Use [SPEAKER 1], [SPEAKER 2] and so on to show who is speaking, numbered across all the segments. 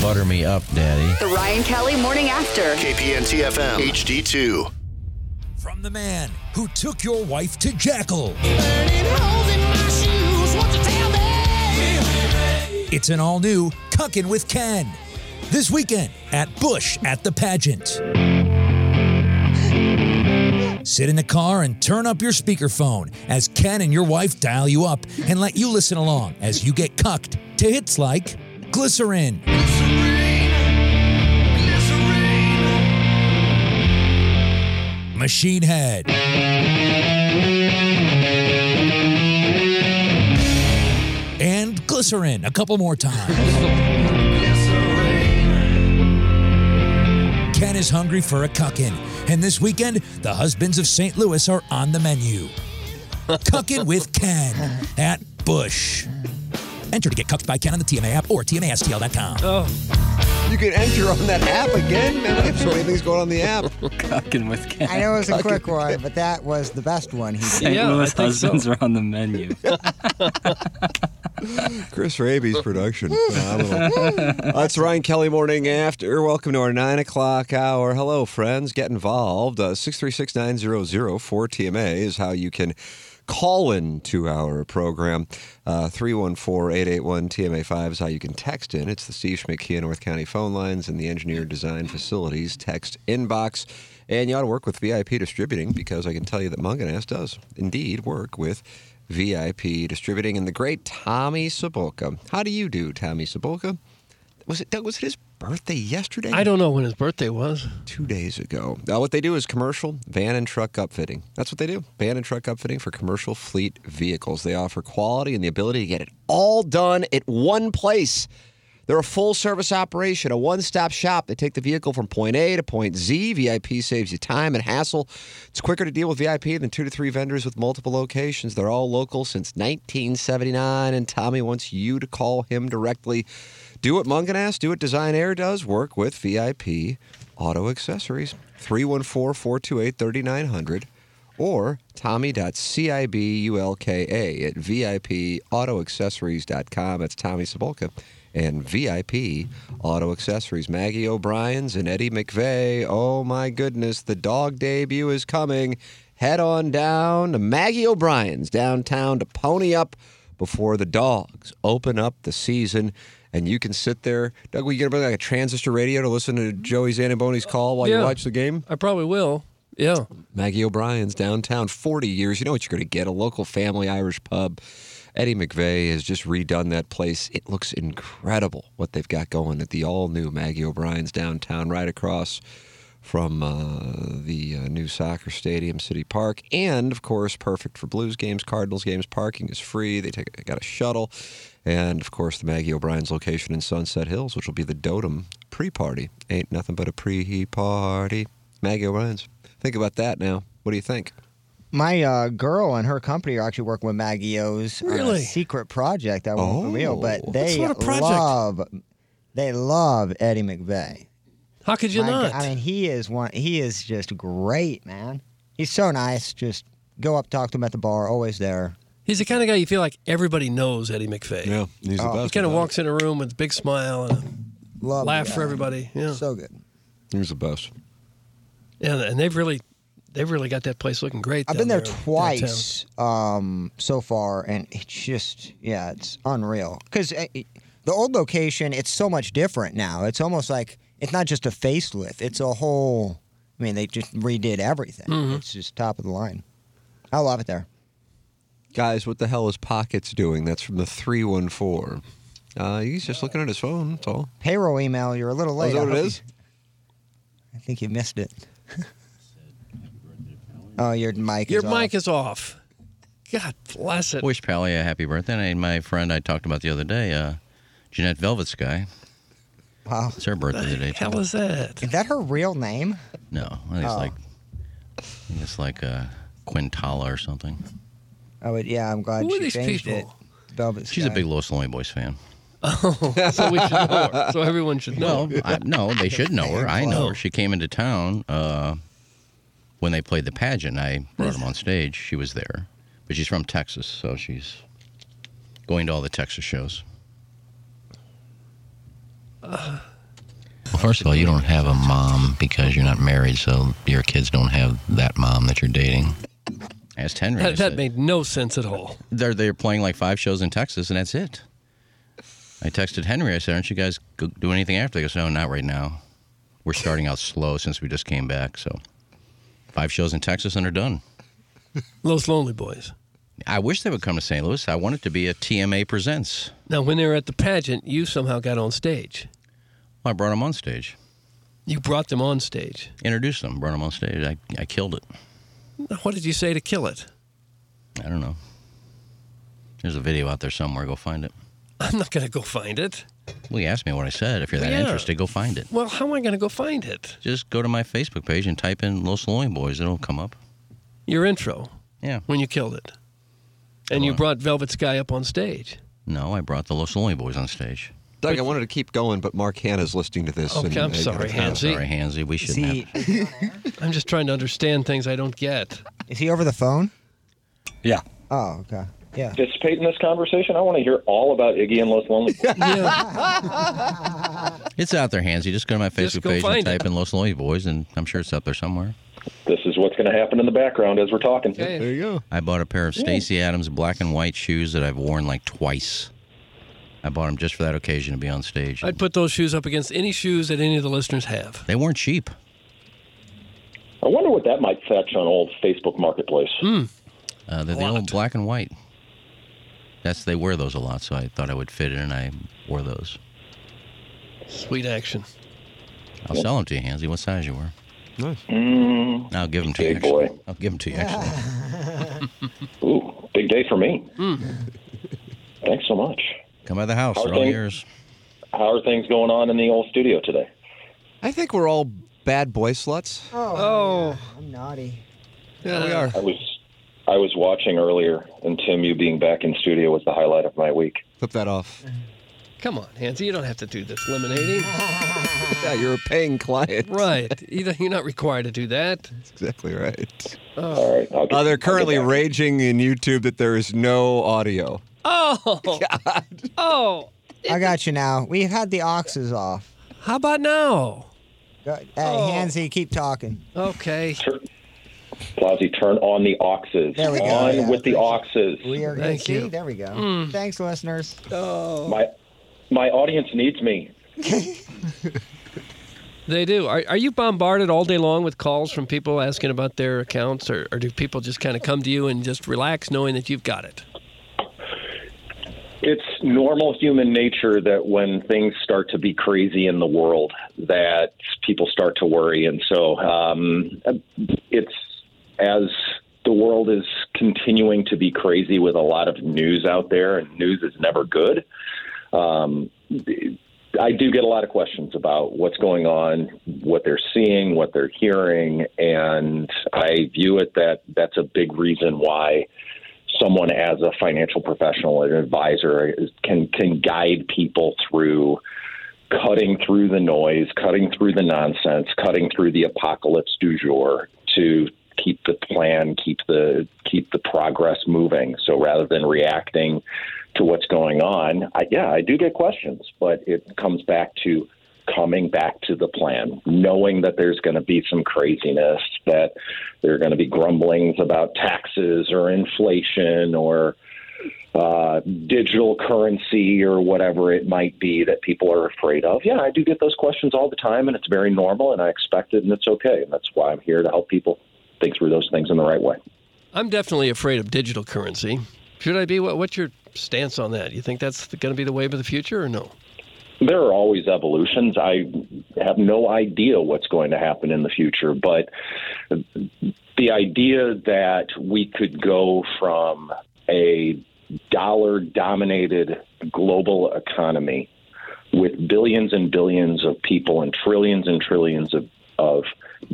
[SPEAKER 1] Butter me up, Daddy.
[SPEAKER 2] The Ryan Kelly Morning After.
[SPEAKER 3] KPN TFM HD2.
[SPEAKER 4] From the man who took your wife to Jackal. It's an all new Cuckin' with Ken. This weekend at Bush at the pageant. Sit in the car and turn up your speakerphone as Ken and your wife dial you up and let you listen along as you get cucked to hits like Glycerin, Machine Head, and Glycerin a couple more times. Ken is hungry for a cuckin', and this weekend, the husbands of St. Louis are on the menu. Cuckin' with Ken at Bush. Enter to get cucked by Ken on the TMA app or TMASTL.com.
[SPEAKER 5] You can enter on that app again, man. I have so many things going on the app.
[SPEAKER 6] Fucking with Ken.
[SPEAKER 7] I know it was a quick one, but that was the best one. He did.
[SPEAKER 6] St.
[SPEAKER 1] Yeah, I
[SPEAKER 6] Louis
[SPEAKER 1] think so.
[SPEAKER 6] husbands are on the menu.
[SPEAKER 5] Chris Raby's production. Phenomenal. That's Ryan Kelly morning after. Welcome to our nine o'clock hour. Hello, friends. Get involved. Uh, Six three six nine zero zero four TMA is how you can call in to our program. Uh, Three one four eight eight one TMA five is how you can text in. It's the Steve Schmidt North County phone lines and the Engineer Design Facilities text inbox. And you ought to work with VIP Distributing because I can tell you that Munganast does indeed work with VIP Distributing and the great Tommy Sabolka. How do you do, Tommy Sabolka? Was it was it his birthday yesterday?
[SPEAKER 8] I don't know when his birthday was.
[SPEAKER 5] Two days ago. Now, what they do is commercial van and truck upfitting. That's what they do. Van and truck upfitting for commercial fleet vehicles. They offer quality and the ability to get it all done at one place. They're a full service operation, a one stop shop. They take the vehicle from point A to point Z. VIP saves you time and hassle. It's quicker to deal with VIP than two to three vendors with multiple locations. They're all local since 1979, and Tommy wants you to call him directly. Do what Munganast, do what Design Air does. Work with VIP Auto Accessories. 314 428 3900 or tommy.cibulka at vipautoaccessories.com. That's Tommy Sabolka and VIP Auto Accessories. Maggie O'Brien's and Eddie McVeigh. Oh my goodness, the dog debut is coming. Head on down to Maggie O'Brien's downtown to pony up before the dogs open up the season. And you can sit there. Doug, were you going to bring like a transistor radio to listen to Joey Zanamboni's call while you
[SPEAKER 8] Yeah.
[SPEAKER 5] watch the game?
[SPEAKER 8] I probably will. Yeah.
[SPEAKER 5] Maggie O'Brien's downtown, 40 years. You know what you're going to get a local family Irish pub. Eddie McVeigh has just redone that place. It looks incredible what they've got going at the all new Maggie O'Brien's downtown, right across from uh, the uh, new soccer stadium, City Park. And of course, perfect for Blues games, Cardinals games. Parking is free. They take they got a shuttle. And of course, the Maggie O'Brien's location in Sunset Hills, which will be the Dotem pre party. Ain't nothing but a pre party. Maggie O'Brien's. Think about that now. What do you think?
[SPEAKER 7] My uh, girl and her company are actually working with Maggie O's on a
[SPEAKER 8] Really?
[SPEAKER 7] secret project. I won't
[SPEAKER 5] Oh.
[SPEAKER 7] reveal, but
[SPEAKER 8] That's
[SPEAKER 7] they
[SPEAKER 8] not a project.
[SPEAKER 7] love they love Eddie McVeigh.
[SPEAKER 8] How could you
[SPEAKER 7] My
[SPEAKER 8] not?
[SPEAKER 7] God, I mean, he is one. He is just great, man. He's so nice. Just go up, talk to him at the bar. Always there.
[SPEAKER 8] He's the kind of guy you feel like everybody knows Eddie McPhee.
[SPEAKER 5] he's
[SPEAKER 7] the Oh.
[SPEAKER 8] He
[SPEAKER 7] best
[SPEAKER 8] kind of walks in a room with a big smile and a
[SPEAKER 7] Love
[SPEAKER 8] laugh
[SPEAKER 7] the
[SPEAKER 8] for
[SPEAKER 7] guy.
[SPEAKER 8] everybody. Yeah.
[SPEAKER 7] So good.
[SPEAKER 5] He's the best.
[SPEAKER 8] and, and they've really they've really got that place looking great.
[SPEAKER 7] I've
[SPEAKER 8] down
[SPEAKER 7] been there
[SPEAKER 8] downtown.
[SPEAKER 7] twice um, so far, and it's just yeah, it's unreal. Because The old location, it's so much different now. It's almost like it's not just a facelift; it's a whole. I mean, they just redid everything.
[SPEAKER 8] Mm-hmm.
[SPEAKER 5] Mhm.
[SPEAKER 7] It's just top of the line. I love it there.
[SPEAKER 5] Guys, what the hell is Pockets doing? That's from the 314. Uh, he's just looking at his phone, that's all.
[SPEAKER 7] Payroll email, you're a little
[SPEAKER 5] Oh, is
[SPEAKER 7] late.
[SPEAKER 5] that
[SPEAKER 7] I
[SPEAKER 5] what it
[SPEAKER 7] hope you-
[SPEAKER 5] is?
[SPEAKER 7] I think you missed it. oh, your mic.
[SPEAKER 8] Your
[SPEAKER 7] is off.
[SPEAKER 8] mic is off. God bless it.
[SPEAKER 1] Wish Pally a happy birthday. And my friend I talked about the other day, uh, Jeanette Velvet Sky.
[SPEAKER 7] Wow.
[SPEAKER 1] It's her birthday today. too.
[SPEAKER 8] hell is that?
[SPEAKER 7] Is that her real name?
[SPEAKER 1] No, I think it's
[SPEAKER 7] Oh.
[SPEAKER 1] like I think it's like uh, Quintala or something.
[SPEAKER 7] Oh, it, yeah. I'm glad
[SPEAKER 8] Who are
[SPEAKER 7] she
[SPEAKER 8] these
[SPEAKER 7] changed
[SPEAKER 8] people?
[SPEAKER 7] it. Velvet
[SPEAKER 1] She's a
[SPEAKER 7] Sky.
[SPEAKER 1] big Los Lonely Boys fan.
[SPEAKER 8] Oh, so we should know her. So everyone should know.
[SPEAKER 1] Well, I, no, they should know her. I know her. She came into town uh, when they played the pageant. I brought them on stage. She was there, but she's from Texas, so she's going to all the Texas shows. Well, first of all, you don't have a mom because you're not married, so your kids don't have that mom that you're dating. Asked Henry. I
[SPEAKER 8] that, that
[SPEAKER 1] said-
[SPEAKER 8] made no sense at all.
[SPEAKER 1] they're they're playing like five shows in Texas, and that's it. I texted Henry. I said, "Aren't you guys go- doing anything after?" He goes, "No, not right now. We're starting out slow since we just came back. So five shows in Texas, and they're done."
[SPEAKER 8] Los Lonely Boys.
[SPEAKER 1] I wish they would come to St. Louis. I want it to be a TMA presents.
[SPEAKER 8] Now, when they were at the pageant, you somehow got on stage.
[SPEAKER 1] Well, I brought them on stage,
[SPEAKER 8] You brought them on stage.
[SPEAKER 1] introduced them, brought them on stage. I I killed it.
[SPEAKER 8] What did you say to kill it?
[SPEAKER 1] I don't know. There's a video out there somewhere. Go find it.
[SPEAKER 8] I'm not going to go find it.
[SPEAKER 1] Well, you asked me what I said. If you're that
[SPEAKER 8] Yeah.
[SPEAKER 1] interested, go find it.
[SPEAKER 8] Well, how am I going to go find it?
[SPEAKER 1] Just go to my Facebook page and type in Los Loin Boys. It'll come up.
[SPEAKER 8] Your intro
[SPEAKER 1] Yeah.
[SPEAKER 8] when you killed it. And you brought Velvet Sky up on stage.
[SPEAKER 1] No, I brought the Los Lonely Boys on stage.
[SPEAKER 5] Doug, I wanted to keep going, but Mark Hanna's listening to this.
[SPEAKER 8] Okay, I'm
[SPEAKER 5] uh,
[SPEAKER 8] sorry,
[SPEAKER 1] I'm
[SPEAKER 8] Hansie.
[SPEAKER 1] sorry, Hansy. We shouldn't
[SPEAKER 7] See,
[SPEAKER 1] have.
[SPEAKER 8] I'm just trying to understand things I don't get.
[SPEAKER 7] Is he over the phone?
[SPEAKER 6] Yeah.
[SPEAKER 7] Oh, okay. Yeah.
[SPEAKER 9] Participate in this conversation. I want to hear all about Iggy and Los Lonely. Boys.
[SPEAKER 1] It's out there, Hansy. Just go to my
[SPEAKER 8] Just
[SPEAKER 1] Facebook
[SPEAKER 8] go
[SPEAKER 1] page and
[SPEAKER 8] find it.
[SPEAKER 1] type in Los Lonely Boys, and I'm sure it's up there somewhere.
[SPEAKER 9] this is what's going to happen in the background as we're talking.
[SPEAKER 8] Okay.
[SPEAKER 5] There you go.
[SPEAKER 1] I bought a pair of Stacy Adams black and white shoes that I've worn like twice. I bought them just for that occasion to be on stage.
[SPEAKER 8] I'd put those shoes up against any shoes that any of the listeners have.
[SPEAKER 1] They weren't cheap.
[SPEAKER 9] I wonder what that might fetch on old Facebook Marketplace.
[SPEAKER 7] Mm.
[SPEAKER 8] Hmm.
[SPEAKER 1] Uh, they're the old black and white. That's they wear those a lot, so I thought I would fit in, and I wore those.
[SPEAKER 8] Sweet action.
[SPEAKER 1] I'll sell them to you, Hansy. What size you were?
[SPEAKER 5] Nice.
[SPEAKER 1] I'll give them to you.
[SPEAKER 9] Big boy.
[SPEAKER 1] actually. I'll give them to you. Actually,
[SPEAKER 9] Ooh, big day for me. Thanks so much.
[SPEAKER 1] come by the
[SPEAKER 7] Oh,
[SPEAKER 1] house. They're all
[SPEAKER 9] Okay.
[SPEAKER 1] yours.
[SPEAKER 9] How are things going on in the old studio today?
[SPEAKER 5] I think we're all bad boy sluts.
[SPEAKER 8] Oh,
[SPEAKER 7] I'm naughty.
[SPEAKER 5] Yeah, we are.
[SPEAKER 9] I was I was watching earlier, and Tim, you being back in studio was the highlight of my week.
[SPEAKER 5] Flip that off.
[SPEAKER 8] come on, Hansy. You don't have to do this lemonading.
[SPEAKER 5] Yeah, you're a paying client.
[SPEAKER 8] right. You don't- You're not required to do that.
[SPEAKER 5] That's exactly right.
[SPEAKER 9] All right, I'll get,
[SPEAKER 5] Uh,
[SPEAKER 9] I'll
[SPEAKER 5] they're
[SPEAKER 9] get
[SPEAKER 5] currently
[SPEAKER 9] back.
[SPEAKER 5] raging in YouTube that there is no audio.
[SPEAKER 8] Oh, oh.
[SPEAKER 7] I got you now. We've had the oxes off.
[SPEAKER 8] How about now?
[SPEAKER 7] Go, hey,
[SPEAKER 8] Oh.
[SPEAKER 7] Hansy, keep talking.
[SPEAKER 8] Okay.
[SPEAKER 9] Plowsy, turn on the oxes.
[SPEAKER 7] There we go.
[SPEAKER 9] on
[SPEAKER 7] Yeah,
[SPEAKER 9] with the oxes.
[SPEAKER 7] We are going
[SPEAKER 8] Thank
[SPEAKER 7] to see.
[SPEAKER 8] you.
[SPEAKER 7] There we go.
[SPEAKER 8] Hmm.
[SPEAKER 7] Thanks, listeners.
[SPEAKER 8] Oh.
[SPEAKER 9] My my audience needs me.
[SPEAKER 8] They do. Are, are you bombarded all day long with calls from people asking about their accounts, or, or do people just kind of come to you and just relax knowing that you've got it?
[SPEAKER 9] It's normal human nature that when things start to be crazy in the world, that people start to worry, and so um, it's as the world is continuing to be crazy with a lot of news out there, and news is never good. Um, I do get a lot of questions about what's going on, what they're seeing, what they're hearing, and I view it that that's a big reason why someone as a financial professional, an advisor, is- can can guide people through cutting through the noise, cutting through the nonsense, cutting through the apocalypse du jour to keep the plan, keep the keep the progress moving. So rather than reacting to what's going on, I, yeah, I do get questions, but it comes back to coming back to the plan, knowing that there's going to be some craziness, that there are going to be grumblings about taxes or inflation or uh, digital currency or whatever it might be that people are afraid of. Yeah, I do get those questions all the time, and it's very normal, and I expect it, and it's okay. And that's why I'm here to help people think through those things in the right way.
[SPEAKER 8] I'm definitely afraid of digital currency. Should I be? What, what's your stance on that? You think that's going to be the wave of the future or no?
[SPEAKER 9] There are always evolutions. I have no idea what's going to happen in the future, but the idea that we could go from a dollar dominated global economy with billions and billions of people and trillions and trillions of, of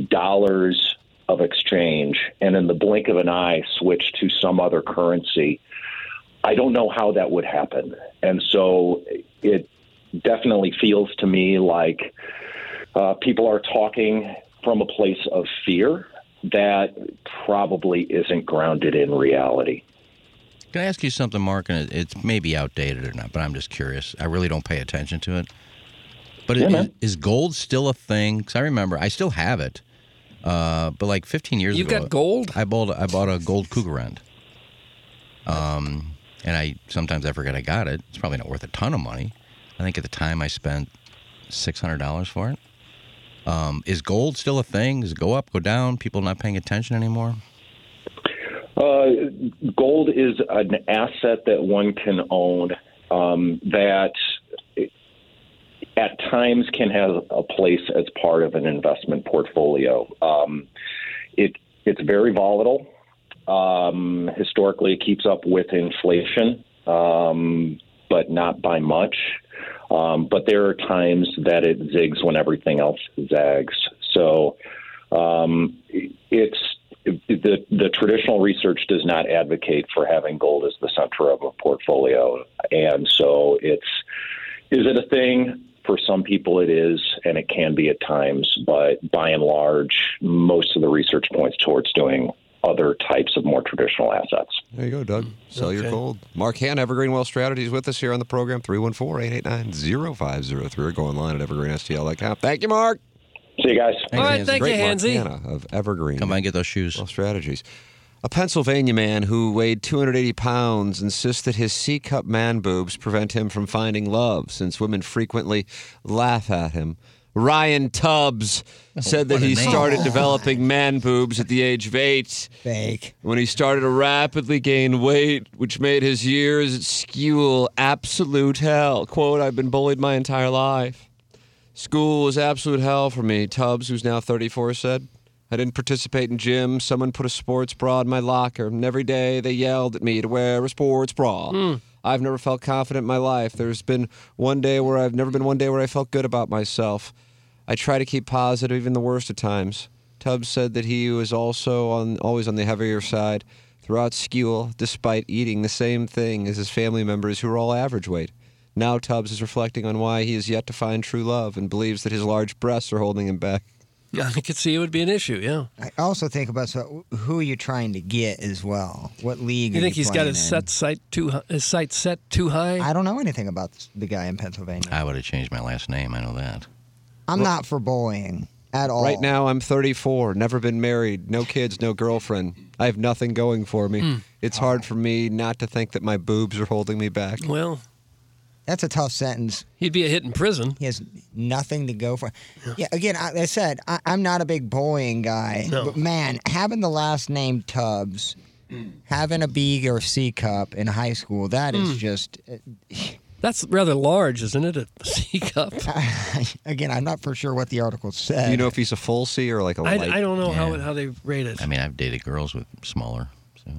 [SPEAKER 9] dollars of exchange and in the blink of an eye switch to some other currency. I don't know how that would happen. And so it definitely feels to me like uh, people are talking from a place of fear that probably isn't grounded in reality.
[SPEAKER 1] Can I ask you something, Mark? And it- it's maybe outdated or not, but I'm just curious. I really don't pay attention to it. But
[SPEAKER 9] Yeah,
[SPEAKER 1] is,
[SPEAKER 9] man.
[SPEAKER 1] is gold still a thing? Because I remember I still have it, uh, but like 15 years
[SPEAKER 8] You've
[SPEAKER 1] ago,
[SPEAKER 8] got gold.
[SPEAKER 1] I bought I bought a gold cougarand. Um, and I sometimes I forget I got it. It's probably not worth a ton of money. I think at the time I spent six hundred dollars for it. Um, is gold still a thing? Does it go up, go down? People not paying attention anymore?
[SPEAKER 9] Uh, gold is an asset that one can own um, that at times can have a place as part of an investment portfolio. Um, it it's very volatile. Um, historically, it keeps up with inflation, um, but not by much. Um, but there are times that it zigs when everything else zags. So um, it's the the traditional research does not advocate for having gold as the center of a portfolio, and so it's is it a thing for some people? It is, and it can be at times, but by and large, most of the research points towards doing other types of more traditional assets.
[SPEAKER 5] There you go, Doug. Sell your
[SPEAKER 9] Okay.
[SPEAKER 5] gold. Mark Han, Evergreen Wealth Strategies, with us here on the program, 314-889-0503 or go online at evergreenstl.com. Thank you, Mark.
[SPEAKER 9] See you guys.
[SPEAKER 1] All right, thank
[SPEAKER 5] Great
[SPEAKER 1] you,
[SPEAKER 5] Mark
[SPEAKER 1] Hansy.
[SPEAKER 5] Hanna of Evergreen. Come
[SPEAKER 1] on, get those shoes.
[SPEAKER 5] Wealth Strategies. A Pennsylvania man who weighed 280 pounds insists that his C-cup man boobs prevent him from finding love since women frequently laugh at him. Ryan Tubbs said that
[SPEAKER 4] what a
[SPEAKER 5] he
[SPEAKER 4] name.
[SPEAKER 5] started developing man boobs at the age of eight.
[SPEAKER 7] Fake.
[SPEAKER 5] When he started to rapidly gain weight, which made his years at school absolute hell. Quote, I've been bullied my entire life. School was absolute hell for me, Tubbs, who's now 34, said. I didn't participate in gym. Someone put a sports bra in my locker, and every day they yelled at me to wear a sports bra. I've never felt confident in my life. There's been one day where I've never been one day where I felt good about myself. I try to keep positive even the worst of times. Tubbs said that he was also on always on the heavier side throughout school, despite eating the same thing as his family members who were all average weight. Now Tubbs is reflecting on why he is yet to find true love and believes that his large breasts are holding him back.
[SPEAKER 8] I could see it would be an issue. Yeah.
[SPEAKER 7] I also think about so who are you trying to get as well? What league?
[SPEAKER 8] You
[SPEAKER 7] are
[SPEAKER 8] think
[SPEAKER 7] you
[SPEAKER 8] he's got
[SPEAKER 7] playing
[SPEAKER 8] his
[SPEAKER 7] in?
[SPEAKER 8] set sight too hi- his sight set too high?
[SPEAKER 7] I don't know anything about this- the guy in Pennsylvania.
[SPEAKER 1] I would have changed my last name. I know that.
[SPEAKER 7] I'm not for bullying at all.
[SPEAKER 5] Right now, I'm 34, never been married, no kids, no girlfriend. I have nothing going for me.
[SPEAKER 7] Hmm.
[SPEAKER 5] It's hard for me not to think that my boobs are holding me back.
[SPEAKER 8] Well,
[SPEAKER 7] That's a tough sentence.
[SPEAKER 8] He'd be a hit in prison.
[SPEAKER 7] He has nothing to go for. Yeah, again, I, I said I, I'm not a big bullying guy,
[SPEAKER 8] No.
[SPEAKER 7] but man, having the last name Tubbs, having a B or C cup in high school, that is
[SPEAKER 8] Mm.
[SPEAKER 7] just. uh,
[SPEAKER 8] That's rather large, isn't it? A C cup.
[SPEAKER 7] again, I'm not for sure what the article said.
[SPEAKER 5] Do you know if he's a full C or like a
[SPEAKER 8] I,
[SPEAKER 5] light?
[SPEAKER 8] I don't know how
[SPEAKER 1] Yeah.
[SPEAKER 8] how they rate it.
[SPEAKER 1] I mean, I've dated girls with smaller. So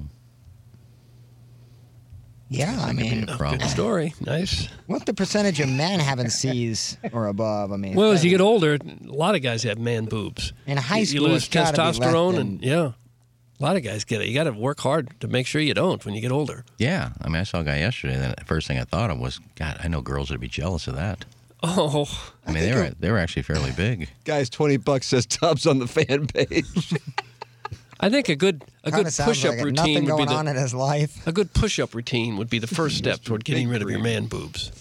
[SPEAKER 7] yeah, I mean,
[SPEAKER 1] a problem.
[SPEAKER 8] Good story. Nice.
[SPEAKER 7] what's the percentage of men having C's or above? I mean,
[SPEAKER 8] Well, as you get older, a lot of guys have man boobs.
[SPEAKER 7] In high
[SPEAKER 8] You-
[SPEAKER 7] school,
[SPEAKER 8] you lose
[SPEAKER 7] it's gotta be less
[SPEAKER 8] testosterone,
[SPEAKER 7] than-
[SPEAKER 8] and yeah, a lot of guys get it. You got to work hard to make sure you don't when you get older.
[SPEAKER 1] yeah, I mean, I saw a guy yesterday. And the first thing I thought of was, God, I know girls would be jealous of that.
[SPEAKER 8] Oh,
[SPEAKER 1] I mean, they were they were actually fairly big.
[SPEAKER 5] Guys, 20 bucks says Tubbs on the fan page.
[SPEAKER 8] I think a good a
[SPEAKER 7] Kinda
[SPEAKER 8] good
[SPEAKER 7] sounds
[SPEAKER 8] push up
[SPEAKER 7] like it.
[SPEAKER 8] routine
[SPEAKER 7] Nothing
[SPEAKER 8] would
[SPEAKER 7] going
[SPEAKER 8] be the,
[SPEAKER 7] on in his life.
[SPEAKER 8] A good push up routine would be the first step toward getting rid of your man boobs.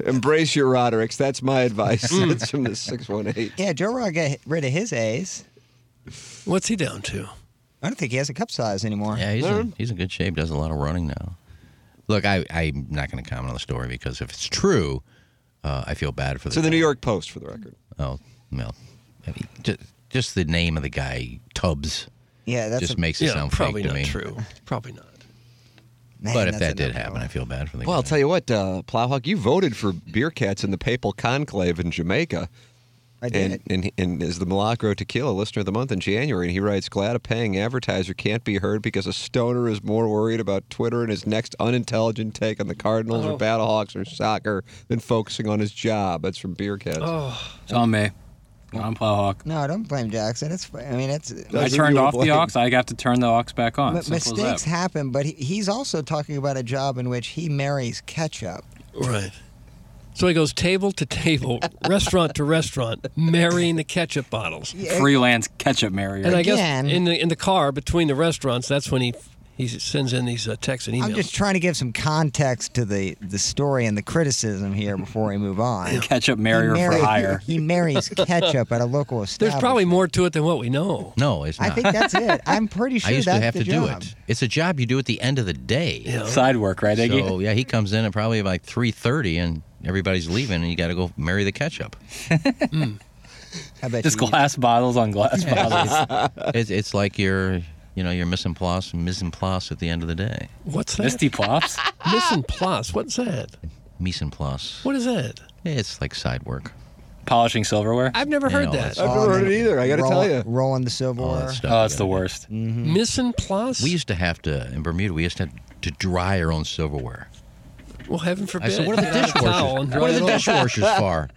[SPEAKER 8] Mm.
[SPEAKER 5] Embrace your Rodericks. That's my advice. That's from the 618.
[SPEAKER 7] yeah, Joe Rogan got rid of his A's.
[SPEAKER 8] What's he down to?
[SPEAKER 7] I don't think he has a cup size anymore.
[SPEAKER 1] Yeah, he's in, he's in good shape. Does a lot of running now. Look, I, I'm not going to comment on the story because if it's true, uh, I feel bad for the.
[SPEAKER 5] So the New York Post, for the record.
[SPEAKER 1] Oh, well, I mean, ju- just, the name of the guy, Tubbs.
[SPEAKER 7] Yeah, that's
[SPEAKER 1] just
[SPEAKER 7] a-
[SPEAKER 1] makes it
[SPEAKER 7] Yeah,
[SPEAKER 1] sound
[SPEAKER 7] probably
[SPEAKER 1] fake to
[SPEAKER 7] not
[SPEAKER 1] me.
[SPEAKER 8] true. Probably not.
[SPEAKER 7] Man,
[SPEAKER 1] but if
[SPEAKER 5] that's
[SPEAKER 1] that did happen, I feel bad for the.
[SPEAKER 5] Well, I'll tell you what, uh, Plowhawk, you voted for beer cats in the papal conclave in Jamaica.
[SPEAKER 7] I
[SPEAKER 5] did. And, and, and is the Milagro Tequila Listener of the Month in January. And he writes, glad a paying advertiser can't be heard because a stoner is more worried about Twitter and his next unintelligent take on the Cardinals
[SPEAKER 8] Oh.
[SPEAKER 5] or Battlehawks or soccer than focusing on his job. That's from Beer Cats.
[SPEAKER 8] Oh.
[SPEAKER 6] It's on me. I'm Plowhawk.
[SPEAKER 7] No, don't blame Jackson. It's I mean it's.
[SPEAKER 6] I turned off the aux. I got to turn the aux back on.
[SPEAKER 7] M-
[SPEAKER 6] Simple as that.
[SPEAKER 7] mistakes happen, but he, he's also talking about a job in which he marries ketchup.
[SPEAKER 8] Right. So he goes table to table, restaurant to restaurant, marrying the ketchup bottles.
[SPEAKER 6] Freelance ketchup marrier.
[SPEAKER 8] And I guess in the in the car between the restaurants, that's when he he sends in these uh, texts and emails.
[SPEAKER 7] I'm just trying to give some context to the, the story and the criticism here before we move on.
[SPEAKER 6] Ketchup marrier
[SPEAKER 7] He married-
[SPEAKER 6] for hire.
[SPEAKER 7] He marries ketchup at a local
[SPEAKER 8] There's
[SPEAKER 7] establishment.
[SPEAKER 8] probably more to it than what we know.
[SPEAKER 1] No, it's
[SPEAKER 7] I
[SPEAKER 1] not.
[SPEAKER 7] think that's it. I'm pretty sure
[SPEAKER 1] I used to
[SPEAKER 7] that's
[SPEAKER 1] have
[SPEAKER 7] the
[SPEAKER 1] to do
[SPEAKER 7] job.
[SPEAKER 1] it. It's a job you do at the end of the day.
[SPEAKER 6] Yeah. Side work, right, Iggy?
[SPEAKER 1] So yeah, he comes in at probably like three thirty, and everybody's leaving, and you got to go marry the ketchup.
[SPEAKER 7] I bet
[SPEAKER 6] Just glass bottles on glass bottles.
[SPEAKER 1] it's, it's like you're, you know, you're missing plus, missing plus at the end of the day.
[SPEAKER 8] What's that?
[SPEAKER 6] Misty plops.
[SPEAKER 8] Missing plus. What's that?
[SPEAKER 1] Mise en place.
[SPEAKER 8] What is that?
[SPEAKER 1] It's like side work.
[SPEAKER 6] Polishing silverware.
[SPEAKER 8] I've never
[SPEAKER 1] You
[SPEAKER 8] heard
[SPEAKER 1] know,
[SPEAKER 8] that.
[SPEAKER 1] it's- I've never heard it either, I gotta
[SPEAKER 7] roll,
[SPEAKER 1] tell ya.
[SPEAKER 7] Rolling the silverware.
[SPEAKER 6] Oh, it's the worst.
[SPEAKER 7] Mm-hmm. Hmm.
[SPEAKER 8] Missing plus.
[SPEAKER 1] We used to have to in Bermuda. We used to have to dry our own silverware.
[SPEAKER 8] well, heaven forbid.
[SPEAKER 1] I said, what are the
[SPEAKER 8] Get out a towel and
[SPEAKER 1] dishwashers?
[SPEAKER 8] dry
[SPEAKER 1] What are
[SPEAKER 8] it
[SPEAKER 1] the
[SPEAKER 8] off."
[SPEAKER 1] dishwashers for?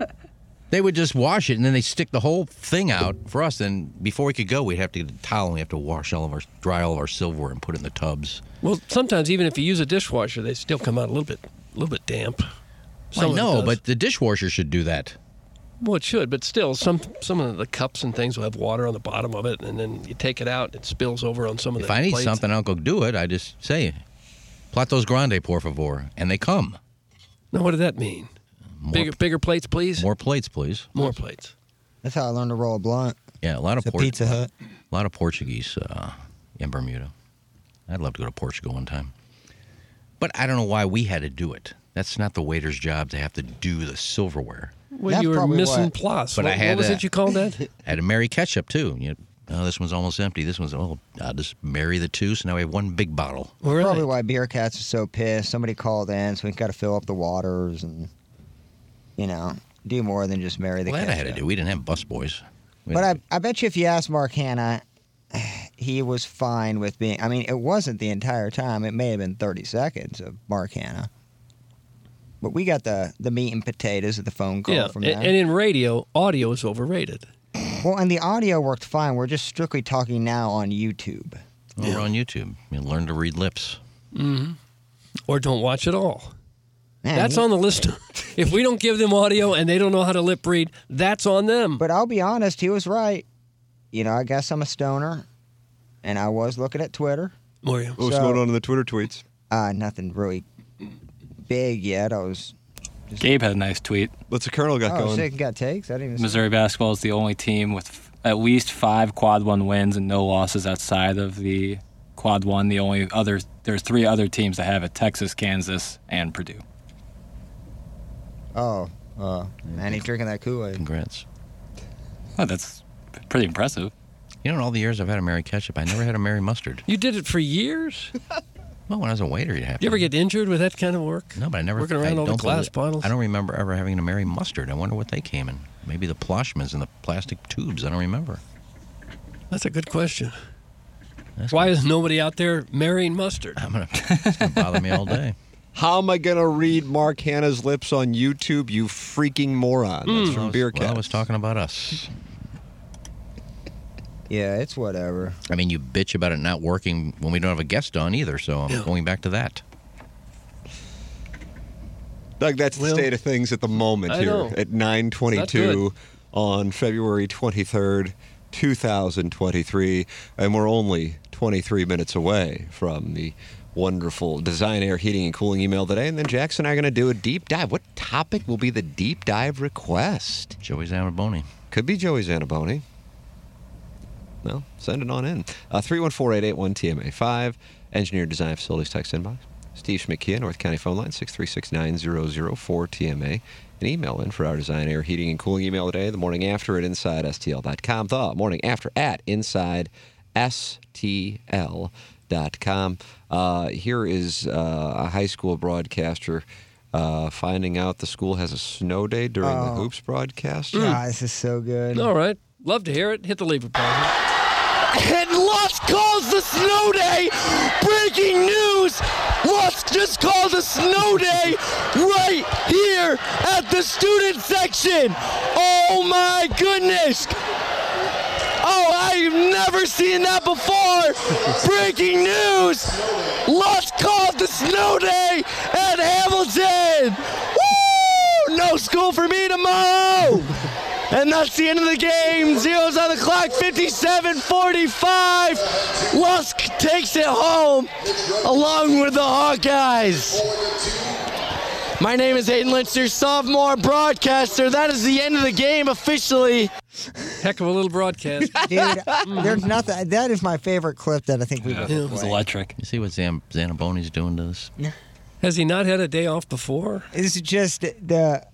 [SPEAKER 1] They would just wash it, and then they stick the whole thing out for us. And before we could go, we'd have to get a towel, and we have to wash all of our, dry all of our silverware, and put it in the tubs.
[SPEAKER 8] Well, sometimes even if you use a dishwasher, they still come out a little bit, a little bit damp.
[SPEAKER 1] Well,
[SPEAKER 8] of it
[SPEAKER 1] no,
[SPEAKER 8] does.
[SPEAKER 1] but the dishwasher should do that.
[SPEAKER 8] well, it should. But still, some some of the cups and things will have water on the bottom of it, and then you take it out, it spills over on some of
[SPEAKER 1] If
[SPEAKER 8] the.
[SPEAKER 1] I need
[SPEAKER 8] plates.
[SPEAKER 1] something, I'll go do it. I just say, "Platos grande, por favor," and they come.
[SPEAKER 8] Now, what did that mean? bigger bigger plates, please.
[SPEAKER 1] More plates, please.
[SPEAKER 8] More plates.
[SPEAKER 7] That's how I learned to roll a blunt.
[SPEAKER 1] Yeah, a lot of
[SPEAKER 7] It's a Pizza Hut.
[SPEAKER 1] A lot of Portuguese uh, in Bermuda. I'd love to go to Portugal one time, but I don't know why we had to do it. That's not the waiter's job to have to do the silverware.
[SPEAKER 8] Well,
[SPEAKER 7] That's
[SPEAKER 8] you were
[SPEAKER 7] probably
[SPEAKER 8] missing
[SPEAKER 7] what-
[SPEAKER 8] plus.
[SPEAKER 1] But
[SPEAKER 8] what,
[SPEAKER 1] I had
[SPEAKER 8] what was
[SPEAKER 1] a-
[SPEAKER 8] it you called that?
[SPEAKER 1] I had to marry ketchup too. You oh, this one's almost empty. This one's oh, I'll just marry the two. So now we have one big bottle.
[SPEAKER 7] Probably why beer cats are so pissed. Somebody called in, so we got to fill up the waters and, you know, do more than just marry the
[SPEAKER 1] Glad I
[SPEAKER 7] ketchup.
[SPEAKER 1] had to do. We didn't have busboys. We
[SPEAKER 7] But
[SPEAKER 1] had-
[SPEAKER 7] I, I bet you if you ask Mark Hanna, he was fine with being. I mean, it wasn't the entire time. It may have been 30 seconds of Mark Hanna. But we got the, the meat and potatoes of the phone call
[SPEAKER 8] yeah,
[SPEAKER 7] from
[SPEAKER 8] and,
[SPEAKER 7] that.
[SPEAKER 8] and in radio, audio is overrated.
[SPEAKER 7] well, and the audio worked fine. We're just strictly talking now on YouTube.
[SPEAKER 1] well, we're on YouTube. You learn to read lips.
[SPEAKER 8] Mm-hmm. Or don't watch at all.
[SPEAKER 7] Man,
[SPEAKER 8] that's
[SPEAKER 7] he-
[SPEAKER 8] on the list. if we don't give them audio and they don't know how to lip read, that's on them.
[SPEAKER 7] But I'll be honest, he was right. You know, I guess I'm a stoner, and I was looking at Twitter.
[SPEAKER 8] Were you?
[SPEAKER 5] What's
[SPEAKER 7] So-
[SPEAKER 5] going on in the Twitter tweets?
[SPEAKER 7] Uh, nothing really big yet. I was.
[SPEAKER 6] Gabe had a nice tweet.
[SPEAKER 5] What's the Colonel got
[SPEAKER 7] oh,
[SPEAKER 5] going?
[SPEAKER 7] sick, got takes. I didn't even.
[SPEAKER 6] Missouri basketball is the only team with f- at least five quad one wins and no losses outside of the quad one. The only other there's three other teams that have it: Texas, Kansas, and Purdue.
[SPEAKER 7] Oh, uh, man, he's drinking that Kool Aid.
[SPEAKER 1] Congrats.
[SPEAKER 6] Oh, that's pretty impressive.
[SPEAKER 1] You know, in all the years I've had a Mary ketchup, I never had a Mary mustard.
[SPEAKER 8] You did it for years.
[SPEAKER 1] Well, when I was a waiter, you'd have
[SPEAKER 8] You
[SPEAKER 1] to.
[SPEAKER 8] ever get injured with that kind of work?
[SPEAKER 1] no, but I never.
[SPEAKER 8] working
[SPEAKER 1] I
[SPEAKER 8] around all the
[SPEAKER 1] don't
[SPEAKER 8] glass bottles?
[SPEAKER 1] I don't remember ever having a Mary mustard. I wonder what they came in. Maybe the ploshmans and the plastic tubes. I don't remember.
[SPEAKER 8] That's a good question.
[SPEAKER 1] That's
[SPEAKER 8] Why is nobody out there marrying mustard?
[SPEAKER 1] I'm gonna. It's gonna bother me all day.
[SPEAKER 5] How am I going to read Mark Hanna's lips on YouTube, you freaking moron? That's from Beer
[SPEAKER 1] Hmm. Well, I
[SPEAKER 5] Cat.
[SPEAKER 1] was talking about us.
[SPEAKER 7] Yeah, it's whatever.
[SPEAKER 1] I mean, you bitch about it not working when we don't have a guest on either. So I'm going back to that.
[SPEAKER 5] Doug, that's the
[SPEAKER 8] Well,
[SPEAKER 5] state of things at the moment
[SPEAKER 8] I
[SPEAKER 5] here
[SPEAKER 8] know.
[SPEAKER 5] at
[SPEAKER 8] It's not
[SPEAKER 5] 9:22 on February 23rd, 2023, and we're only 23 minutes away from the wonderful design air heating and cooling email today and then Jackson and I are going to do a deep dive. What topic will be the deep dive request?
[SPEAKER 1] Joey Zamaboni.
[SPEAKER 5] Could be Joey Zanaboni. Well, send it on in. Uh, 314-881-TMA5, Engineer Design Facilities text inbox. Steve Schmikia, North County phone line 6369004TMA. An email in for our design, air, heating, and cooling email today, the morning after at InsideSTL.com. The morning after at InsideSTL.com. Uh, here is uh, a high school broadcaster uh, finding out the school has a snow day during the
[SPEAKER 7] Oh.
[SPEAKER 5] hoops broadcast.
[SPEAKER 8] Mm.
[SPEAKER 7] Ah, this is so good.
[SPEAKER 8] All right. Love to hear it. Hit the leave button.
[SPEAKER 10] And Lusk calls the snow day. Breaking news. Lusk just called a snow day right here at the student section. Oh my goodness. Oh, I've never seen that before. Breaking news. Lusk called the snow day at Hamilton. Woo! No school for me tomorrow. And that's the end of the game. Zero's on the clock, 57 45. Lusk takes it home along with the Hawkeyes. My name is Aiden Lynch, your sophomore broadcaster. That is the end of the game officially.
[SPEAKER 8] Heck of a little broadcast.
[SPEAKER 7] Dude, there's nothing. That is my favorite clip that I think we've ever played.
[SPEAKER 1] electric. You see what Zam- Zanaboni's doing to us?
[SPEAKER 8] Has he not had a day off before?
[SPEAKER 7] It's just the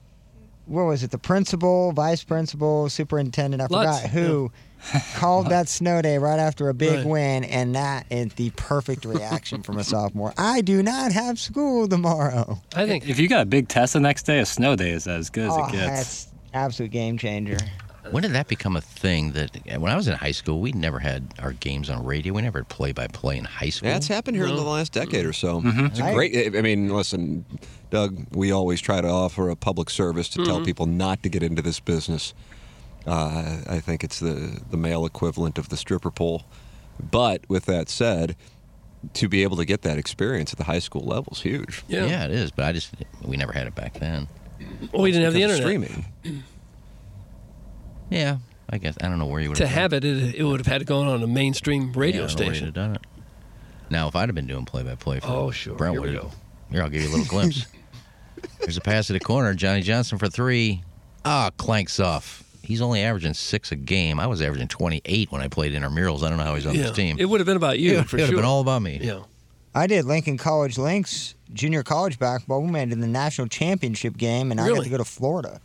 [SPEAKER 7] what was it? The principal, vice principal, superintendent. I
[SPEAKER 8] Lutz,
[SPEAKER 7] forgot who called that snow day right after a big
[SPEAKER 8] Right.
[SPEAKER 7] win, and that is the perfect reaction from a sophomore. I do not have school tomorrow.
[SPEAKER 8] I think
[SPEAKER 6] if you got a big test the next day, a snow day is as good as
[SPEAKER 7] Oh,
[SPEAKER 6] it gets.
[SPEAKER 7] that's absolute game changer.
[SPEAKER 1] When did that become a thing? That when I was in high school, we never had our games on radio. We never had play-by-play in high school.
[SPEAKER 5] That's happened here in the last decade or so.
[SPEAKER 8] Mm-hmm.
[SPEAKER 5] It's
[SPEAKER 1] I-
[SPEAKER 5] great. I mean, listen, Doug, we always try to offer a public service to tell
[SPEAKER 1] Mhm.
[SPEAKER 5] people not to get into this business. Uh, I think it's the, the male equivalent of the stripper pole. But with that said, to be able to get that experience at the high school level is huge.
[SPEAKER 8] Yeah. Yeah,
[SPEAKER 1] it is. But I just we never had it back then.
[SPEAKER 8] Well, we didn't have the
[SPEAKER 5] Because of
[SPEAKER 8] internet.
[SPEAKER 5] streaming.
[SPEAKER 1] Yeah, I guess I don't know where you would
[SPEAKER 8] To
[SPEAKER 1] have
[SPEAKER 8] have it, it, it would have had to go on a mainstream radio
[SPEAKER 1] Yeah, I don't know where you'd
[SPEAKER 8] station.
[SPEAKER 1] have done it. Now, if I'd have been doing play-by-play for
[SPEAKER 8] Oh, sure. Here
[SPEAKER 1] Brentwood,
[SPEAKER 8] we go.
[SPEAKER 1] here I'll give you a little glimpse. There's a pass to the corner. Johnny Johnson for three. Ah, clanks off. He's only averaging six a game. I was averaging 28 when I played intramurals. I don't know how he's on
[SPEAKER 8] Yeah.
[SPEAKER 1] this team.
[SPEAKER 8] It would have been about you,
[SPEAKER 1] It
[SPEAKER 8] for
[SPEAKER 1] would have
[SPEAKER 8] sure.
[SPEAKER 1] been all about me.
[SPEAKER 8] Yeah.
[SPEAKER 7] I did Lincoln College Lynx junior college basketball. We made it in the national championship game, and I got
[SPEAKER 5] Really?
[SPEAKER 7] to go to Florida.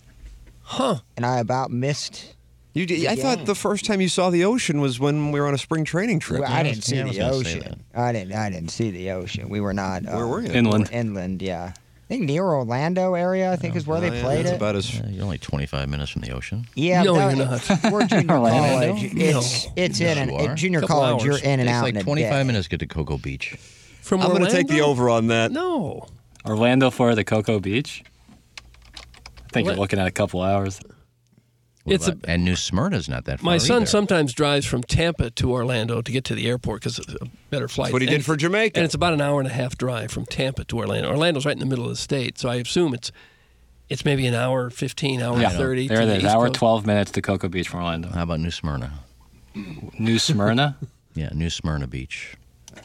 [SPEAKER 7] Huh? And I about missed.
[SPEAKER 5] You did, I
[SPEAKER 7] Yeah.
[SPEAKER 5] thought the first time you saw the ocean was when we were on a spring training trip.
[SPEAKER 7] Well, I didn't see the ocean. I didn't. I didn't see the ocean. We were not. Uh,
[SPEAKER 5] Where were you?
[SPEAKER 7] Inland.
[SPEAKER 5] Inland.
[SPEAKER 7] Inland. Yeah. I think near Orlando area. I think is
[SPEAKER 5] Oh,
[SPEAKER 7] where they played it.
[SPEAKER 5] about
[SPEAKER 1] as... you're only 25 minutes from the ocean.
[SPEAKER 7] Yeah,
[SPEAKER 1] No,
[SPEAKER 7] but
[SPEAKER 1] you're
[SPEAKER 7] it's-
[SPEAKER 1] not.
[SPEAKER 7] We're junior
[SPEAKER 1] Orlando?
[SPEAKER 7] college.
[SPEAKER 1] No.
[SPEAKER 7] It's it's in
[SPEAKER 1] Yes,
[SPEAKER 7] and
[SPEAKER 1] you
[SPEAKER 7] at
[SPEAKER 1] are.
[SPEAKER 7] junior
[SPEAKER 1] Couple
[SPEAKER 7] college.
[SPEAKER 1] hours.
[SPEAKER 7] You're in and
[SPEAKER 1] Takes
[SPEAKER 7] out.
[SPEAKER 1] like
[SPEAKER 7] in a
[SPEAKER 1] 25
[SPEAKER 7] day.
[SPEAKER 1] minutes to get to Cocoa Beach.
[SPEAKER 8] From
[SPEAKER 5] I'm going to take the
[SPEAKER 8] Orlando?
[SPEAKER 5] over on that.
[SPEAKER 8] No.
[SPEAKER 6] Orlando for the Cocoa Beach. I think
[SPEAKER 8] What?
[SPEAKER 6] you're looking at a couple hours.
[SPEAKER 8] It's a-
[SPEAKER 1] and New Smyrna's not that far.
[SPEAKER 8] My son
[SPEAKER 1] either.
[SPEAKER 8] sometimes drives from Tampa to Orlando to get to the airport because it's a better flight.
[SPEAKER 1] what he did
[SPEAKER 8] And-
[SPEAKER 1] for Jamaica.
[SPEAKER 8] And it's about an hour and a half drive from Tampa to Orlando. Orlando's right in the middle of the state, so I assume it's it's maybe an hour 15, hour 30.
[SPEAKER 6] There
[SPEAKER 8] to
[SPEAKER 6] it
[SPEAKER 8] the
[SPEAKER 6] is.
[SPEAKER 8] East
[SPEAKER 6] Hour
[SPEAKER 8] Coast.
[SPEAKER 6] 12 minutes to Cocoa Beach from Orlando.
[SPEAKER 1] How about New Smyrna?
[SPEAKER 6] New Smyrna?
[SPEAKER 1] yeah, New Smyrna Beach.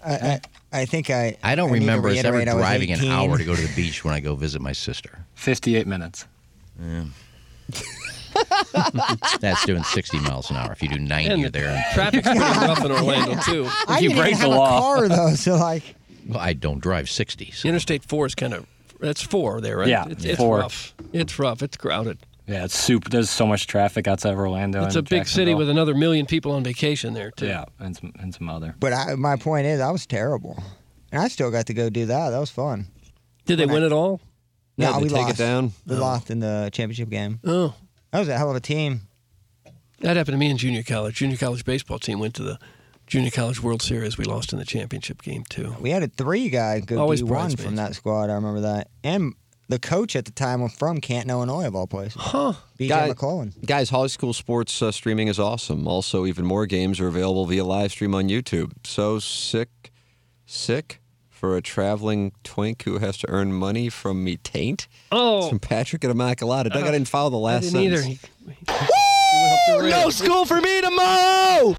[SPEAKER 7] I, I, I think I.
[SPEAKER 1] I don't
[SPEAKER 7] need to
[SPEAKER 1] remember us ever
[SPEAKER 7] reiterate I was
[SPEAKER 1] driving an
[SPEAKER 7] 18.
[SPEAKER 1] hour to go to the beach when I go visit my sister.
[SPEAKER 6] 58 minutes.
[SPEAKER 1] Yeah. That's doing 60 miles an hour. If you do 90,
[SPEAKER 8] And
[SPEAKER 1] you're there.
[SPEAKER 8] Traffic's pretty rough in Orlando, too.
[SPEAKER 7] I didn't even have a car though, so like.
[SPEAKER 1] Well, I don't drive 60. So.
[SPEAKER 8] Interstate 4 is kind of, that's 4 there, right?
[SPEAKER 6] Yeah,
[SPEAKER 8] It's, it's
[SPEAKER 6] four.
[SPEAKER 8] rough. It's rough. It's crowded.
[SPEAKER 6] Yeah, it's super. There's so much traffic outside of Orlando.
[SPEAKER 8] It's a
[SPEAKER 6] and
[SPEAKER 8] big city
[SPEAKER 6] Jacksonville.
[SPEAKER 8] with another million people on vacation there, too.
[SPEAKER 6] Yeah, and some, and some other.
[SPEAKER 7] But I, my point is, I was terrible, and I still got to go do that. That was fun.
[SPEAKER 8] Did they
[SPEAKER 7] When I-
[SPEAKER 8] win it all?
[SPEAKER 7] No,
[SPEAKER 8] No, they
[SPEAKER 7] we
[SPEAKER 8] take it
[SPEAKER 7] lost.
[SPEAKER 8] down?
[SPEAKER 7] We
[SPEAKER 8] Oh.
[SPEAKER 7] lost in the championship game.
[SPEAKER 8] Oh.
[SPEAKER 7] That was a hell of a team.
[SPEAKER 8] That happened to me in junior college. Junior college baseball team went to the junior college World Series. We lost in the championship game too.
[SPEAKER 7] We had a three guy go
[SPEAKER 8] Always
[SPEAKER 7] D1
[SPEAKER 8] bridesmaids.
[SPEAKER 7] from that squad. I remember that. And the coach at the time was from Canton, Illinois, of all places.
[SPEAKER 8] Huh.
[SPEAKER 7] BJ
[SPEAKER 5] Guy-
[SPEAKER 7] McClellan.
[SPEAKER 5] Guys, high school sports uh, streaming is awesome. Also, even more games are available via live stream on YouTube. So sick, sick for a traveling twink who has to earn money from me taint.
[SPEAKER 8] Oh.
[SPEAKER 5] It's from Patrick and Immaculata. Doug,
[SPEAKER 8] Oh.
[SPEAKER 5] I didn't follow the last
[SPEAKER 8] I didn't
[SPEAKER 5] sentence.
[SPEAKER 10] No school for me tomorrow.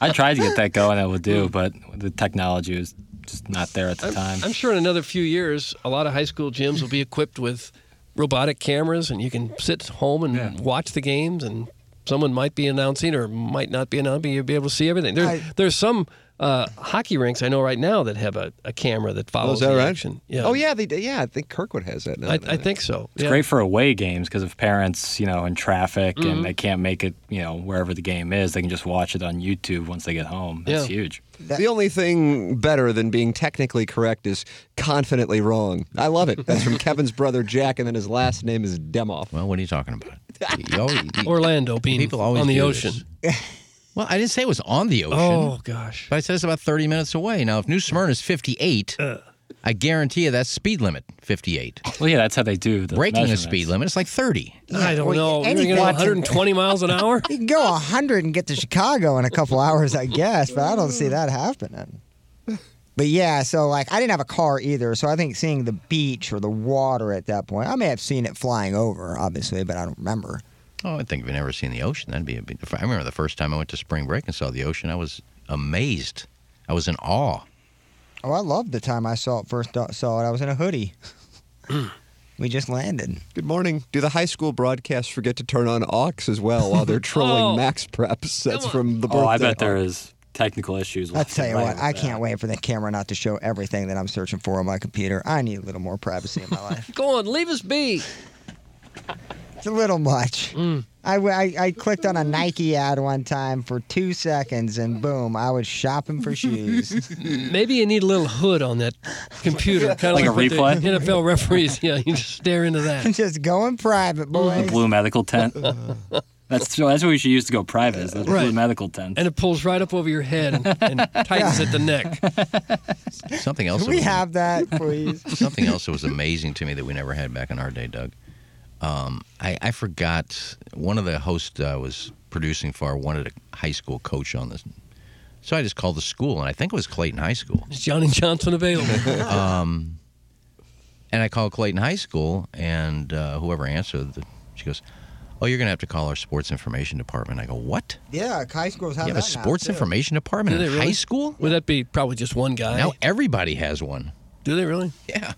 [SPEAKER 6] I tried to get that going, I would do, but the technology was just not there at the time.
[SPEAKER 8] I'm sure in another few years, a lot of high school gyms will be equipped with robotic cameras, and you can sit home and watch the games. And someone might be announcing or might not be announcing. You'll be able to see everything. There,
[SPEAKER 7] I-
[SPEAKER 8] there's some uh, hockey rinks I know right now that have a, a camera that
[SPEAKER 5] Oh, is
[SPEAKER 8] follows
[SPEAKER 5] that
[SPEAKER 8] the
[SPEAKER 5] right?
[SPEAKER 8] action. Yeah.
[SPEAKER 5] Oh yeah, they do. yeah. I think Kirkwood has that now.
[SPEAKER 8] I, I think so.
[SPEAKER 6] It's
[SPEAKER 8] yeah.
[SPEAKER 6] great for away games because if parents, you know, in traffic
[SPEAKER 8] Mhm.
[SPEAKER 6] and they can't make it, you know, wherever the game is, they can just watch it on YouTube once they get home. That's huge.
[SPEAKER 5] the only thing better than being technically correct is confidently wrong. I love it. That's from Kevin's brother Jack, and then his last name is Demoff.
[SPEAKER 1] Well, what are you talking about? You always- you-
[SPEAKER 8] Orlando being
[SPEAKER 1] people always
[SPEAKER 8] on the
[SPEAKER 1] do
[SPEAKER 8] ocean.
[SPEAKER 1] this. Well, I didn't say it was on the ocean.
[SPEAKER 8] Oh, gosh.
[SPEAKER 1] But I said it's about 30 minutes away. Now, if New Smyrna is 58,
[SPEAKER 8] Uh.
[SPEAKER 1] I guarantee you that's speed limit 58.
[SPEAKER 6] Well, yeah, that's how they do the
[SPEAKER 1] Breaking the
[SPEAKER 6] measurements.
[SPEAKER 1] speed limit is like 30.
[SPEAKER 8] I don't know. You're going to
[SPEAKER 7] anything-
[SPEAKER 8] 120 miles an hour?
[SPEAKER 7] You can go 100 and get to Chicago in a couple hours, I guess, but I don't see that happening. But yeah, so like I didn't have a car either, so I think seeing the beach or the water at that point, I may have seen it flying over, obviously, but I don't remember.
[SPEAKER 1] Oh, I think if you've never seen the ocean, that'd be a big. I remember the first time I went to spring break and saw the ocean, I was amazed. I was in awe.
[SPEAKER 7] Oh, I loved the time I saw it first. uh, Saw it. I was in a hoodie. we just landed.
[SPEAKER 5] Good morning. Do the high school broadcasts forget to turn on aux as well while they're trolling
[SPEAKER 1] Oh.
[SPEAKER 5] Max Preps? That's from the birthday.
[SPEAKER 6] Oh, I bet there
[SPEAKER 5] party.
[SPEAKER 6] is technical issues.
[SPEAKER 7] I tell you
[SPEAKER 6] right
[SPEAKER 7] what,
[SPEAKER 6] with
[SPEAKER 7] I
[SPEAKER 6] that.
[SPEAKER 7] can't wait for the camera not to show everything that I'm searching for on my computer. I need a little more privacy in my life.
[SPEAKER 8] Go on, leave us be.
[SPEAKER 7] It's a little much.
[SPEAKER 1] Mm.
[SPEAKER 7] I, w- I- I clicked on a Nike ad one time for two seconds, and boom, I was shopping for shoes.
[SPEAKER 8] Maybe you need a little hood on that computer, kind of
[SPEAKER 6] Like a
[SPEAKER 8] like, what the
[SPEAKER 6] replay?
[SPEAKER 8] NFL referees, yeah, you just stare into that.
[SPEAKER 7] just going private,
[SPEAKER 6] The
[SPEAKER 7] boys.
[SPEAKER 6] blue medical tent.
[SPEAKER 7] Uh-huh.
[SPEAKER 6] That's that's what we should use to go private. Is those
[SPEAKER 8] Right.
[SPEAKER 6] blue medical tent.
[SPEAKER 8] And it pulls right up over your head and, and tightens at the neck.
[SPEAKER 1] Something else.
[SPEAKER 7] Can
[SPEAKER 1] that
[SPEAKER 7] we
[SPEAKER 1] was-
[SPEAKER 7] have that, please?
[SPEAKER 1] something else that was amazing to me that we never had back in our day, Doug. Um, I, I forgot one of the hosts I was producing for wanted a high school coach on this, so I just called the school, and I think it was Clayton High School.
[SPEAKER 8] Is Johnny Johnson available?
[SPEAKER 1] um, and I called Clayton High School, and uh, whoever answered, the, she goes, "Oh, you're gonna have to call our sports information department." I go, "What?
[SPEAKER 7] yeah, high schools have
[SPEAKER 1] you have a
[SPEAKER 7] that now,
[SPEAKER 1] sports
[SPEAKER 7] too.
[SPEAKER 1] information department
[SPEAKER 8] Do
[SPEAKER 1] in
[SPEAKER 8] they really?
[SPEAKER 1] high school?
[SPEAKER 8] Would that be probably just one guy?
[SPEAKER 1] Now everybody has one."
[SPEAKER 8] Do they really?
[SPEAKER 1] Yeah.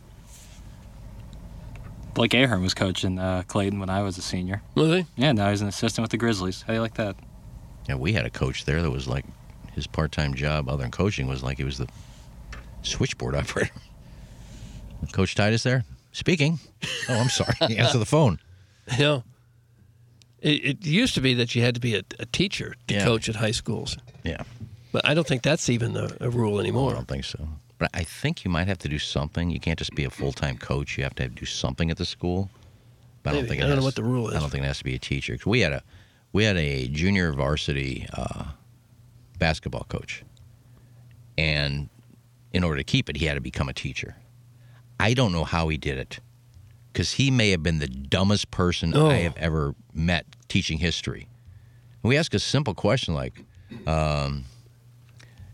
[SPEAKER 6] Blake Ahern was coaching uh, Clayton when I was a senior.
[SPEAKER 8] Really?
[SPEAKER 6] Yeah, now he's an assistant with the Grizzlies. How do you like that?
[SPEAKER 1] Yeah, we had a coach there that was like his part time job other than coaching was like he was the switchboard operator. Coach Titus there? Speaking. Oh, I'm sorry. He answered the phone.
[SPEAKER 8] Yeah. It, it used to be that you had to be a, a teacher to
[SPEAKER 1] Yeah.
[SPEAKER 8] coach at high schools,
[SPEAKER 1] Yeah.
[SPEAKER 8] but I don't think that's even a, a rule anymore.
[SPEAKER 1] I don't think so. But I think you might have to do something. You can't just be a full time coach. You have to, have to do something at the school. But I don't
[SPEAKER 8] Maybe.
[SPEAKER 1] think
[SPEAKER 8] I
[SPEAKER 1] it
[SPEAKER 8] don't know
[SPEAKER 1] has-
[SPEAKER 8] what the rule is.
[SPEAKER 1] I don't think it has to be a teacher. 'Cause We had a we had a junior varsity uh, basketball coach, and in order to keep it, he had to become a teacher. I don't know how he did it, because he may have been the dumbest person
[SPEAKER 8] Oh.
[SPEAKER 1] I have ever met teaching history. And we ask a simple question like, um,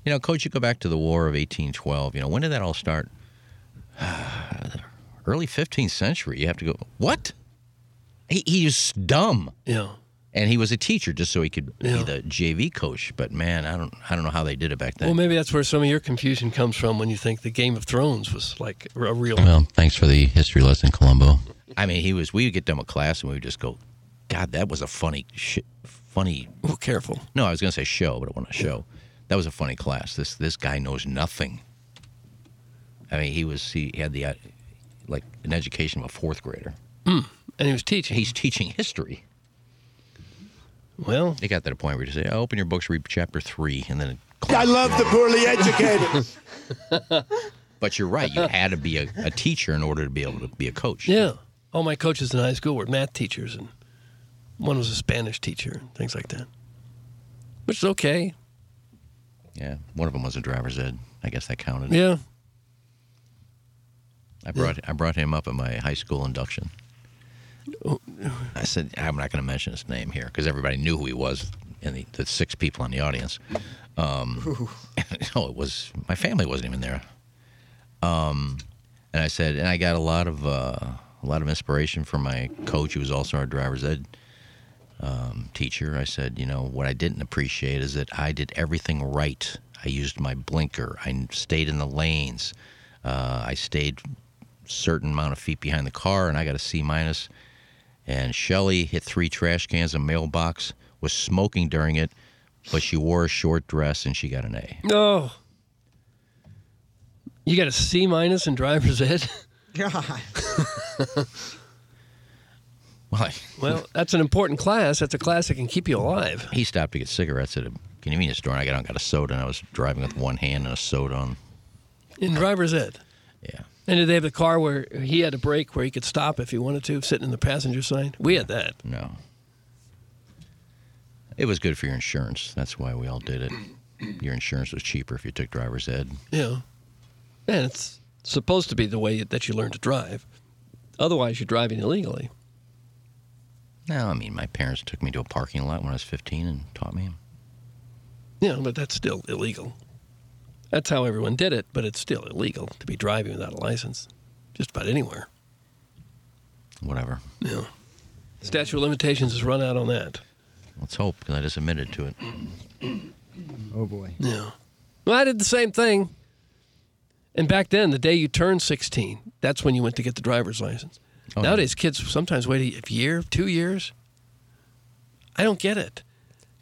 [SPEAKER 1] you know, coach, you go back to the War of 1812. You know, when did that all start? Early 15th century. You have to go. What? He, he was dumb,
[SPEAKER 8] Yeah.
[SPEAKER 1] and he was a teacher just so he could
[SPEAKER 8] Yeah.
[SPEAKER 1] be the JV coach. But man, I don't, I don't know how they did it back then.
[SPEAKER 8] Well, maybe that's where some of your confusion comes from when you think the Game of Thrones was like a real.
[SPEAKER 1] Well, thanks for the history lesson, Columbo. I mean, he was. We would get done with class, and we would just go, "God, that was a funny shit, funny."
[SPEAKER 8] Oh, careful.
[SPEAKER 1] No, I was going to say show, but it wasn't a show. That was a funny class. This this guy knows nothing. I mean, he was he had the uh, like an education of a fourth grader.
[SPEAKER 8] And he was teaching.
[SPEAKER 1] He's teaching history.
[SPEAKER 8] Well,
[SPEAKER 1] It got to the point where you say, oh, "Open your books, read chapter three, and then."
[SPEAKER 10] I love the poorly educated.
[SPEAKER 1] But you're right. You had to be a, a teacher in order to be able to be a coach.
[SPEAKER 8] yeah. All my coaches in high school were math teachers, and one was a Spanish teacher and things like that, which is okay.
[SPEAKER 1] Yeah. One of them was a driver's ed. I guess that counted.
[SPEAKER 8] Yeah.
[SPEAKER 1] I brought I brought him up at my high school induction. I said I'm not going to mention his name here because everybody knew who he was, and the, the six people in the audience. Um, no, it was my family wasn't even there. Um, and I said, and I got a lot of uh, a lot of inspiration from my coach, who was also our driver's ed um, teacher. I said, you know, what I didn't appreciate is that I did everything right. I used my blinker. I stayed in the lanes. Uh, I stayed certain amount of feet behind the car, and I got a C minus. And Shelly hit three trash cans, a mailbox, was smoking during it, but she wore a short dress and she got an A.
[SPEAKER 8] No. Oh. You got a C minus in driver's ed?
[SPEAKER 7] God.
[SPEAKER 1] Why?
[SPEAKER 8] Well, that's an important class. That's a class that can keep you alive.
[SPEAKER 1] He stopped to get cigarettes at a convenience store, and I got out and got a soda, and I was driving with one hand and a soda on.
[SPEAKER 8] In driver's ed.
[SPEAKER 1] Yeah.
[SPEAKER 8] And did they have the car where he had a break where he could stop if he wanted to, sitting in the passenger side? We had that.
[SPEAKER 1] No. It was good for your insurance. That's why we all did it. Your insurance was cheaper if you took driver's ed.
[SPEAKER 8] Yeah. And it's supposed to be the way that you learn to drive. Otherwise, you're driving illegally.
[SPEAKER 1] No, I mean, my parents took me to a parking lot when I was 15 and taught me.
[SPEAKER 8] Yeah, but that's still illegal. That's how everyone did it, but it's still illegal to be driving without a license, just about anywhere.
[SPEAKER 1] Whatever.
[SPEAKER 8] Yeah. Statute of limitations has run out on that.
[SPEAKER 1] Let's hope, because I just admitted to it.
[SPEAKER 7] Oh boy.
[SPEAKER 8] Yeah. Well, I did the same thing. And back then, the day you turned 16, that's when you went to get the driver's license.
[SPEAKER 1] Oh,
[SPEAKER 8] Nowadays, kids sometimes wait a year, two years. I don't get it.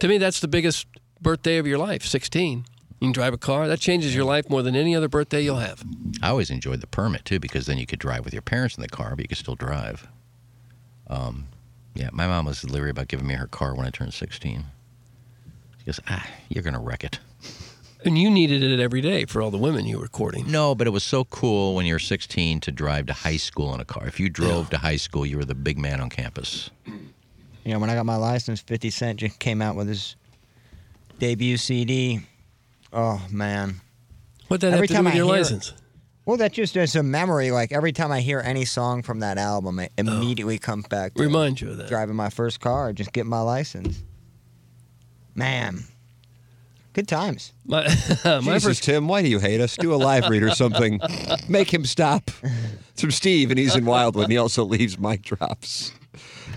[SPEAKER 8] To me, that's the biggest birthday of your life 16. You can drive a car. That changes your life more than any other birthday you'll have.
[SPEAKER 1] I always enjoyed the permit too because then you could drive with your parents in the car, but you could still drive. Um, yeah, my mom was leery about giving me her car when I turned 16. She goes, "Ah, you're gonna wreck it."
[SPEAKER 8] And you needed it every day for all the women you were courting.
[SPEAKER 1] No, but it was so cool when you were 16 to drive to high school in a car. If you drove to high school, you were the big man on campus.
[SPEAKER 7] You know, when I got my license, 50 Cent just came out with his debut CD. Oh, man.
[SPEAKER 8] What that have to do with your license?
[SPEAKER 7] Well, that just is a memory. Like every time I hear any song from that album, it immediately comes back. To
[SPEAKER 8] Remind Oh. you of that.
[SPEAKER 7] Driving my first car, just getting my license. Man, good times.
[SPEAKER 8] My,
[SPEAKER 5] My
[SPEAKER 8] my
[SPEAKER 5] Jesus,
[SPEAKER 8] first
[SPEAKER 5] Tim, why do you hate us? Do a live read or something. Make him stop. It's from Steve, and he's in Wildwood, and he also leaves mic drops.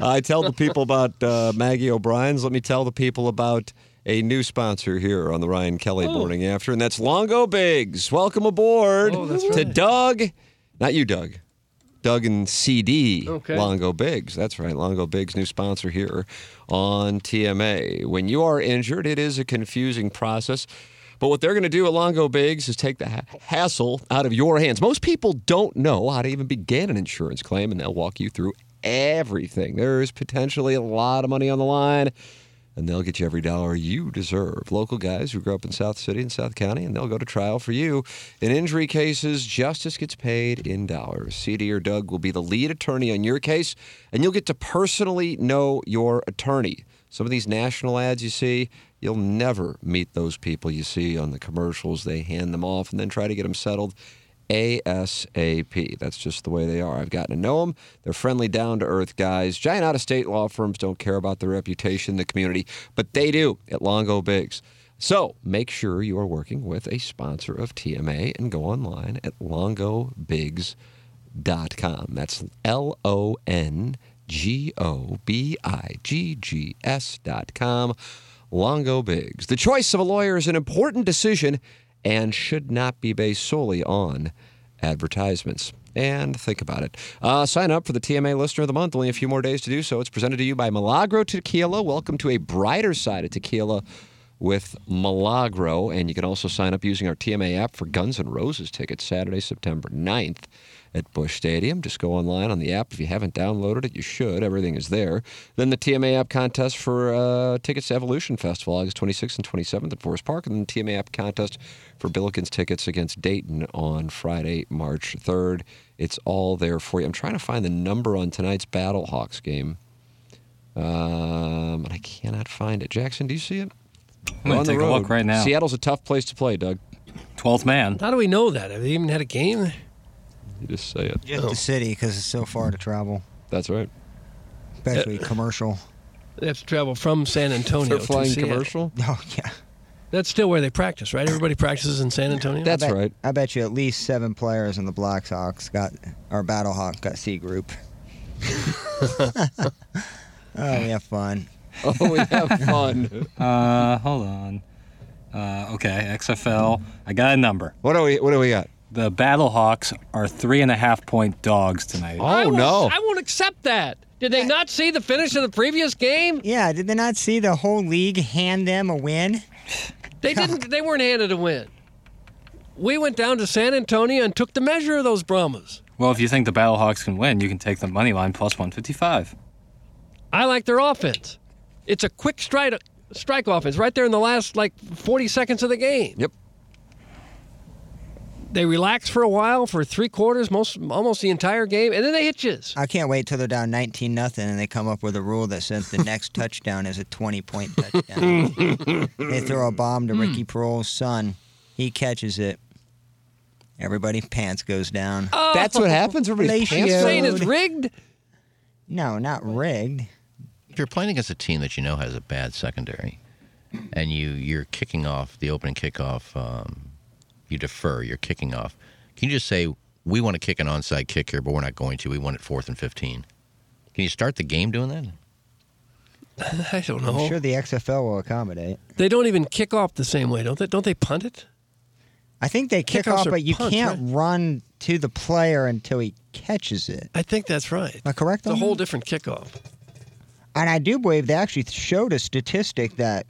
[SPEAKER 5] I tell the people about uh, Maggie O'Brien's. Let me tell the people about a new sponsor here on the Ryan Kelly Morning After, and that's Longo Biggs. Welcome aboard to Doug. Not you, Doug. Doug and CD
[SPEAKER 8] Okay.
[SPEAKER 5] Longo Biggs. That's right, Longo Biggs, new sponsor here on TMA. When you are injured, it is a confusing process. But what they're going to do at Longo Biggs is take the ha- hassle out of your hands. Most people don't know how to even begin an insurance claim, and they'll walk you through everything. There is potentially a lot of money on the line and they'll get you every dollar you deserve. Local guys who grew up in South City and South County, and they'll go to trial for you. In injury cases, justice gets paid in dollars. CD or Doug will be the lead attorney on your case, and you'll get to personally know your attorney. Some of these national ads you see, you'll never meet those people you see on the commercials. They hand them off and then try to get them settled. ASAP. That's just the way they are. I've gotten to know them. They're friendly, down to earth guys. Giant out of state law firms don't care about their reputation, the community, but they do at Longo Biggs. So make sure you are working with a sponsor of TMA and go online at longobiggs.com. That's L O N G O B I G G S dot com. Longo Biggs. The choice of a lawyer is an important decision and should not be based solely on advertisements. And think about it. Uh, sign up for the TMA Listener of the Month. Only a few more days to do so. It's presented to you by Milagro Tequila. Welcome to a brighter side of tequila with Milagro. And you can also sign up using our TMA app for Guns N' Roses tickets Saturday, September 9th at Bush Stadium. Just go online on the app. If you haven't downloaded it, you should. Everything is there. Then the TMA app contest for uh, tickets to Evolution Festival, August 26th and 27th at Forest Park. And then the TMA app contest for Billikens tickets against Dayton on Friday, March 3rd. It's all there for you. I'm trying to find the number on tonight's Battle Hawks game. Um, and I cannot find it. Jackson, do you see it?
[SPEAKER 6] gonna take a look right now.
[SPEAKER 5] Seattle's a tough place to play, Doug.
[SPEAKER 6] 12th man.
[SPEAKER 8] How do we know that? Have they even had a game?
[SPEAKER 5] You just say it.
[SPEAKER 7] Just
[SPEAKER 8] Oh.
[SPEAKER 7] the city because it's so far to travel,
[SPEAKER 5] That's right.
[SPEAKER 7] especially commercial.
[SPEAKER 8] They have to travel from San Antonio.
[SPEAKER 5] They're
[SPEAKER 8] to
[SPEAKER 5] flying
[SPEAKER 8] Seattle.
[SPEAKER 5] commercial.
[SPEAKER 7] Oh yeah.
[SPEAKER 8] That's still where they practice, right? Everybody practices in San Antonio.
[SPEAKER 5] That's
[SPEAKER 7] I bet-
[SPEAKER 5] right.
[SPEAKER 7] I bet you at least seven players in the Black Sox got or Battle Hawks got C group. oh, we have fun.
[SPEAKER 5] Oh, we have fun.
[SPEAKER 6] Uh, hold on. Uh, okay, XFL. I got a number.
[SPEAKER 5] what do we? What do we got?
[SPEAKER 6] The Battlehawks are three and a half point dogs tonight.
[SPEAKER 5] Oh,
[SPEAKER 8] I won't- I won't accept that. Did they not see the finish of the previous game?
[SPEAKER 7] Yeah, did they not see the whole league hand them a win?
[SPEAKER 8] They didn't. They weren't handed a win. We went down to San Antonio and took the measure of those Brahmas.
[SPEAKER 6] Well, if you think the Battlehawks can win, you can take the money line plus 155.
[SPEAKER 8] I like their offense. It's a quick strike strike offense right there in the last like 40 seconds of the game.
[SPEAKER 5] Yep.
[SPEAKER 8] They relax for a while for three quarters, most almost the entire game, and then they hit you.
[SPEAKER 7] I can't wait till they're down 19 nothing and they come up with a rule that says the next touchdown is a 20 point touchdown. they throw a bomb
[SPEAKER 8] Hmm.
[SPEAKER 7] to Ricky Pearl's son. He catches it. Everybody pants goes down.
[SPEAKER 8] Oh. That's what happens? Everybody's pants go Saying it's
[SPEAKER 7] down?
[SPEAKER 8] rigged?
[SPEAKER 7] No, not rigged.
[SPEAKER 1] If you're playing against a team that you know has a bad secondary, and you you're kicking off the opening kickoff, um, you defer. You're kicking off. Can you just say we want to kick an onside kick here, but we're not going to. We want it fourth and fifteen. Can you start the game doing that?
[SPEAKER 8] I don't know.
[SPEAKER 7] I'm sure the XFL will accommodate.
[SPEAKER 8] They don't even kick off the same way, don't they? Don't they punt it?
[SPEAKER 7] I think they kick
[SPEAKER 8] Kickoffs
[SPEAKER 7] off,
[SPEAKER 8] are
[SPEAKER 7] but you
[SPEAKER 8] punts,
[SPEAKER 7] can't run to the player until he catches it.
[SPEAKER 8] I think that's right.
[SPEAKER 7] Am I correct
[SPEAKER 8] It's a
[SPEAKER 7] on
[SPEAKER 8] whole
[SPEAKER 7] that?
[SPEAKER 8] different kickoff.
[SPEAKER 7] And I do believe they actually showed a statistic that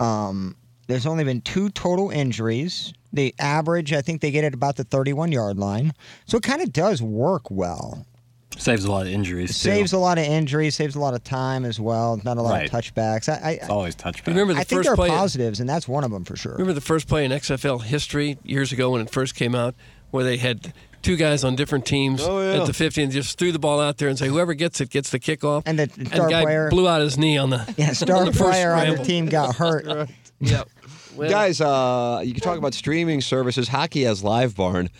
[SPEAKER 7] um, there's only been two total injuries. The average, I think they get at about the 31 yard line. So it kind of does work well.
[SPEAKER 6] Saves a lot of injuries, too.
[SPEAKER 7] Saves a lot of injuries, saves a lot of time as well. Not a lot
[SPEAKER 6] Right.
[SPEAKER 7] of touchbacks. I, I,
[SPEAKER 6] It's always touchback.
[SPEAKER 8] Remember the
[SPEAKER 7] I think
[SPEAKER 8] first
[SPEAKER 7] there are
[SPEAKER 8] play-
[SPEAKER 7] positives, and that's one of them for sure.
[SPEAKER 8] Remember the first play in XFL history years ago when it first came out, where they had two guys on different teams
[SPEAKER 7] Oh, yeah.
[SPEAKER 8] at the 50 and just threw the ball out there and say whoever gets it gets the kickoff.
[SPEAKER 7] And the
[SPEAKER 8] and
[SPEAKER 7] star
[SPEAKER 8] guy
[SPEAKER 7] player-
[SPEAKER 8] blew out his knee on the
[SPEAKER 7] Yeah,
[SPEAKER 8] on
[SPEAKER 7] star
[SPEAKER 8] the first
[SPEAKER 7] player on your
[SPEAKER 8] scramble.
[SPEAKER 7] team got hurt.
[SPEAKER 8] yep.
[SPEAKER 5] Guys, uh, you can talk about streaming services. Hockey has Live Barn.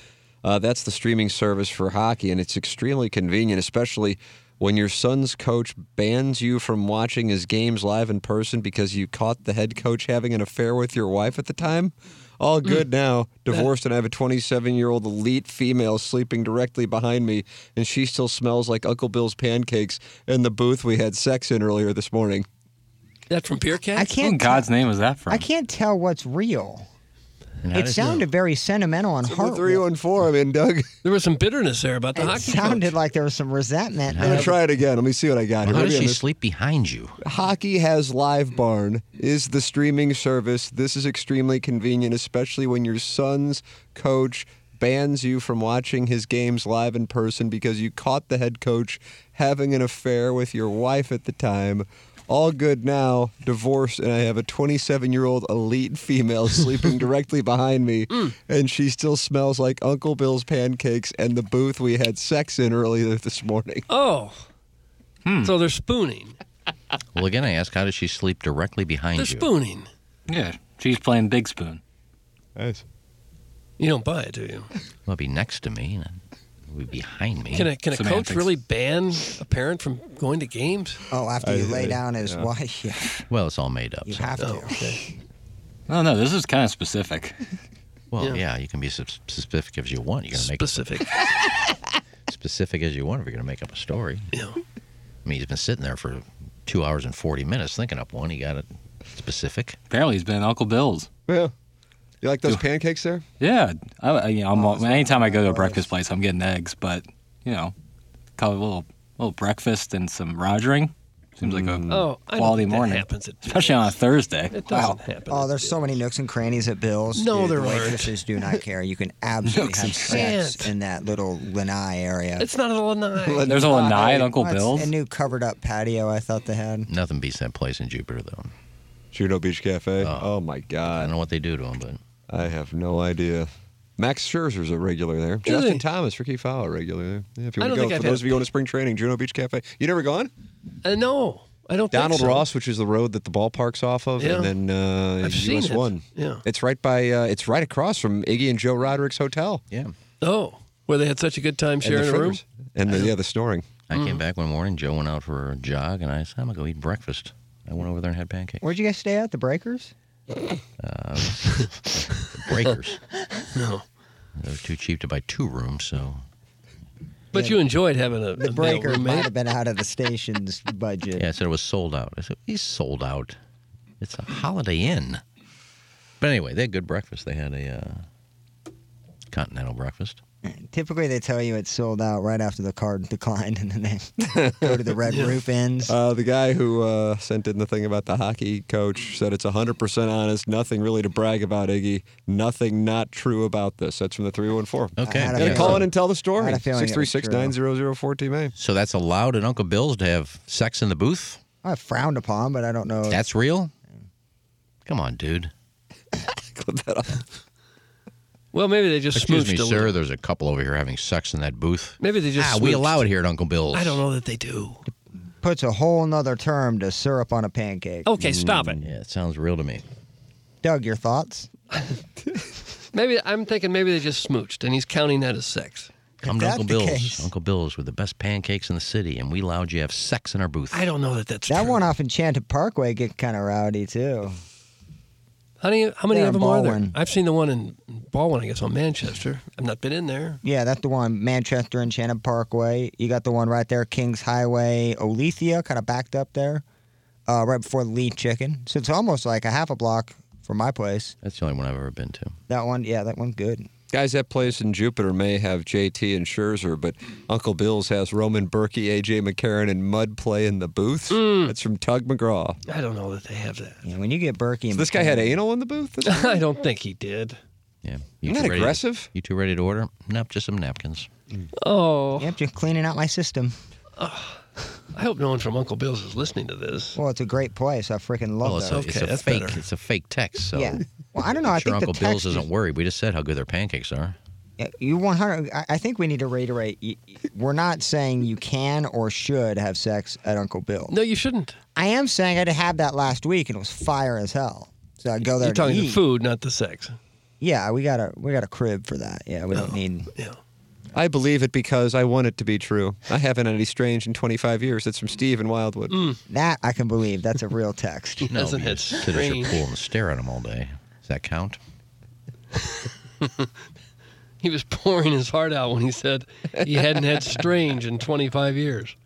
[SPEAKER 5] Uh, that's the streaming service for hockey, and it's extremely convenient, especially when your son's coach bans you from watching his games live in person because you caught the head coach having an affair with your wife at the time. All good now. Divorced, and I have a 27 year old elite female sleeping directly behind me, and she still smells like Uncle Bill's pancakes in the booth we had sex in earlier this morning.
[SPEAKER 8] That from Beercat?
[SPEAKER 7] I can't.
[SPEAKER 6] in God's name was that from?
[SPEAKER 7] I can't tell what's real.
[SPEAKER 6] how
[SPEAKER 7] It
[SPEAKER 6] does-
[SPEAKER 7] sounded very sentimental and heart.
[SPEAKER 5] Three one four. I mean, Doug.
[SPEAKER 8] There was some bitterness there about the
[SPEAKER 7] It
[SPEAKER 8] hockey.
[SPEAKER 7] sounded like there was some resentment.
[SPEAKER 5] I'm gonna
[SPEAKER 7] there.
[SPEAKER 5] try it again. Let me see what I got here.
[SPEAKER 1] How
[SPEAKER 5] Maybe
[SPEAKER 1] does
[SPEAKER 5] I
[SPEAKER 1] she
[SPEAKER 5] missed-
[SPEAKER 1] sleep behind you?
[SPEAKER 5] Hockey has Live Barn is the streaming service. This is extremely convenient, especially when your son's coach bans you from watching his games live in person because you caught the head coach having an affair with your wife at the time. All good now, divorced, and I have a 27 year old elite female sleeping directly behind me,
[SPEAKER 1] Mm.
[SPEAKER 5] and she still smells like Uncle Bill's pancakes and the booth we had sex in earlier this morning.
[SPEAKER 8] Oh.
[SPEAKER 1] Hmm.
[SPEAKER 8] So they're spooning.
[SPEAKER 1] Well, again, I ask, how does she sleep directly behind
[SPEAKER 8] They're
[SPEAKER 1] you?
[SPEAKER 8] spooning.
[SPEAKER 6] Yeah, she's playing Big Spoon.
[SPEAKER 5] Nice.
[SPEAKER 8] You don't buy it, do you?
[SPEAKER 1] Well, be next to me, and then it'll be behind me.
[SPEAKER 8] Can a, can a coach
[SPEAKER 1] Semantics.
[SPEAKER 8] really ban a parent from going to games?
[SPEAKER 7] Oh, after you lay down his
[SPEAKER 1] yeah.
[SPEAKER 7] wife, yeah,
[SPEAKER 1] Well, it's all made up.
[SPEAKER 7] you
[SPEAKER 1] so-
[SPEAKER 7] have to.
[SPEAKER 6] Oh, No, no, this is kind of specific.
[SPEAKER 1] Well, yeah. you can be sp- specific if you want. You're gonna make
[SPEAKER 8] specific,
[SPEAKER 1] specific as you want. If you're gonna make up a story.
[SPEAKER 8] Yeah.
[SPEAKER 1] I mean, he's been sitting there for two hours and forty minutes thinking up one. He got it specific.
[SPEAKER 6] Apparently, he's been in Uncle Bill's.
[SPEAKER 5] Yeah. You like those pancakes there?
[SPEAKER 6] Yeah, I, I, you know,
[SPEAKER 5] Oh,
[SPEAKER 6] I'm, anytime I go to a breakfast place, I'm getting eggs, but you know, call it a little little breakfast and some rogering. Seems like a
[SPEAKER 5] Mm.
[SPEAKER 8] Oh, I don't
[SPEAKER 6] quality
[SPEAKER 8] think that
[SPEAKER 6] morning,
[SPEAKER 8] happens at
[SPEAKER 6] especially on a Thursday.
[SPEAKER 8] It
[SPEAKER 6] wow.
[SPEAKER 8] doesn't happen.
[SPEAKER 7] Oh, there's so many nooks and crannies at Bill's.
[SPEAKER 8] No,
[SPEAKER 7] dude.
[SPEAKER 8] there
[SPEAKER 7] the
[SPEAKER 8] aren't.
[SPEAKER 7] waitresses do not care. You can absolutely have sex in that little lanai area.
[SPEAKER 8] It's not a lanai.
[SPEAKER 6] There's a lanai at Uncle
[SPEAKER 7] Well, it's
[SPEAKER 6] Bill's.
[SPEAKER 7] A new covered up patio I thought they had.
[SPEAKER 1] Nothing beats that place in Jupiter, though.
[SPEAKER 5] Juno Beach Cafe. Oh, my
[SPEAKER 1] I don't
[SPEAKER 5] God.
[SPEAKER 1] know what they do to him, but
[SPEAKER 5] I have no idea. Max Scherzer's a regular there. Justin Thomas, Ricky Fowler, regular there. Yeah, if you
[SPEAKER 8] I don't
[SPEAKER 5] want to
[SPEAKER 8] think
[SPEAKER 5] go,
[SPEAKER 8] I've
[SPEAKER 5] for
[SPEAKER 8] had-
[SPEAKER 5] those of you going to spring training, Juno Beach Cafe. You never gone?
[SPEAKER 8] Uh, no, I don't. think
[SPEAKER 5] Donald
[SPEAKER 8] so.
[SPEAKER 5] Ross, which is the road that the ballpark's off of,
[SPEAKER 8] Yeah.
[SPEAKER 5] and then uh,
[SPEAKER 8] I've
[SPEAKER 5] US
[SPEAKER 8] seen it.
[SPEAKER 5] One.
[SPEAKER 8] Yeah.
[SPEAKER 5] It's right by. Uh, it's right across from Iggy and Joe Roderick's hotel.
[SPEAKER 1] yeah.
[SPEAKER 8] Oh, where they had such a good time sharing
[SPEAKER 5] and
[SPEAKER 8] a
[SPEAKER 5] the
[SPEAKER 8] room. Mm-hmm.
[SPEAKER 5] fritters. And the, yeah, the snoring.
[SPEAKER 1] I came back one morning. Joe went out for a jog, and I said, "I'm gonna go eat breakfast." I went over there and had pancakes.
[SPEAKER 7] Where'd you guys stay at? The Breakers?
[SPEAKER 1] Uh, breakers.
[SPEAKER 8] No,
[SPEAKER 1] They were too cheap to buy two rooms, so
[SPEAKER 8] but you enjoyed having a,
[SPEAKER 7] The
[SPEAKER 8] a
[SPEAKER 7] Breakers
[SPEAKER 8] male
[SPEAKER 7] might
[SPEAKER 8] roommate.
[SPEAKER 7] have been out of the station's budget.
[SPEAKER 1] yeah. I said it was sold out. I said he's sold out. It's a Holiday Inn. But anyway, they had good breakfast. They had a uh, continental breakfast.
[SPEAKER 7] Typically, they tell you it's sold out right after the card declined, and then they go to the red roof ends.
[SPEAKER 5] Uh, the guy who uh, sent in the thing about the hockey coach said it's 100% honest, nothing really to brag about, Iggy. Nothing not true about this. That's from the 314.
[SPEAKER 1] Okay. I had a
[SPEAKER 5] Gotta call
[SPEAKER 1] feeling-
[SPEAKER 5] in and tell the
[SPEAKER 1] I
[SPEAKER 5] story.
[SPEAKER 1] had a feeling it was
[SPEAKER 5] 636 900
[SPEAKER 1] So that's allowed at Uncle Bill's to have sex in the booth?
[SPEAKER 7] I frowned upon, but I don't know.
[SPEAKER 1] That's real? Come on, dude.
[SPEAKER 8] Well, maybe they just
[SPEAKER 1] Excuse me,
[SPEAKER 8] smooched a
[SPEAKER 1] sir.
[SPEAKER 8] little.
[SPEAKER 1] There's a couple over here having sex in that booth.
[SPEAKER 8] Maybe they just
[SPEAKER 1] ah, we
[SPEAKER 8] smooched.
[SPEAKER 1] allow it here at Uncle Bill's.
[SPEAKER 8] I don't know that they do.
[SPEAKER 7] puts a whole nother term to syrup on a pancake. Mm.
[SPEAKER 8] Okay, stop it.
[SPEAKER 1] Yeah, it sounds real to me.
[SPEAKER 7] Doug, your thoughts?
[SPEAKER 8] Maybe I'm thinking maybe they just smooched, and he's counting that as sex.
[SPEAKER 1] Come to
[SPEAKER 8] that's
[SPEAKER 1] Uncle
[SPEAKER 8] the
[SPEAKER 1] Bill's.
[SPEAKER 8] case-
[SPEAKER 1] Uncle Bill's with the best pancakes in the city, and we allowed you to have sex in our booth.
[SPEAKER 8] I don't know that that's
[SPEAKER 7] that one off Enchanted Parkway get kind of rowdy too.
[SPEAKER 8] Honey, how many
[SPEAKER 7] They're
[SPEAKER 8] of
[SPEAKER 7] in
[SPEAKER 8] them are there?
[SPEAKER 7] Baldwin.
[SPEAKER 8] I've seen the one in Baldwin, I guess, on Manchester. I've not been in there.
[SPEAKER 7] Yeah, that's the one. Manchester Enchanted Parkway. You got the one right there, Kings Highway, Olethea, kind of backed up there, uh, right before the Lee Chicken. So it's almost like a half a block from my place.
[SPEAKER 1] That's the only one I've ever been to.
[SPEAKER 7] That one, yeah, that one good.
[SPEAKER 5] Guys, that place in Jupiter may have JT and Scherzer, but Uncle Bill's has Roman Berkey, AJ McCarron, and Mud Play in the booth. That's from Tug McGraw.
[SPEAKER 8] I don't know that they have that.
[SPEAKER 7] Yeah, when you get Berkey,
[SPEAKER 5] So this guy had anal in the booth?
[SPEAKER 8] I don't think he did.
[SPEAKER 1] Yeah. two
[SPEAKER 5] Isn't that
[SPEAKER 1] ready to-
[SPEAKER 5] aggressive?
[SPEAKER 1] you two ready to order? Nope, just some napkins.
[SPEAKER 8] Oh,
[SPEAKER 7] Yep, just cleaning out my system.
[SPEAKER 8] I hope no one from Uncle Bill's is listening to this.
[SPEAKER 7] Well, it's a great place. I freaking love
[SPEAKER 1] Well,
[SPEAKER 7] it.
[SPEAKER 1] Oh, it's a, it's a fake. It's a fake text. So
[SPEAKER 7] Yeah. Well, I don't know.
[SPEAKER 1] I'm
[SPEAKER 7] I
[SPEAKER 1] sure
[SPEAKER 7] think
[SPEAKER 1] Uncle
[SPEAKER 7] the
[SPEAKER 1] Bill's
[SPEAKER 7] text
[SPEAKER 1] isn't worried. We just said how good their pancakes are.
[SPEAKER 7] Yeah, You 100. I- I think we need to reiterate. y- y- We're not saying you can or should have sex at Uncle Bill.
[SPEAKER 8] No, you shouldn't.
[SPEAKER 7] I am saying I had that last week and it was fire as hell. So I go there.
[SPEAKER 8] You're talking
[SPEAKER 7] to
[SPEAKER 8] the
[SPEAKER 7] eat.
[SPEAKER 8] food, not the sex.
[SPEAKER 7] Yeah, we got a we got a crib for that. Yeah, we
[SPEAKER 8] Oh.
[SPEAKER 7] don't need.
[SPEAKER 5] I believe it because I want it to be true. I haven't had any strange in 25 years. That's from Steve in Wildwood.
[SPEAKER 8] Mm.
[SPEAKER 7] That I can believe. That's a real text.
[SPEAKER 1] No, you just sit at your pool and stare at them all day. Does that count?
[SPEAKER 8] He was pouring his heart out when he said he hadn't had strange in 25 years.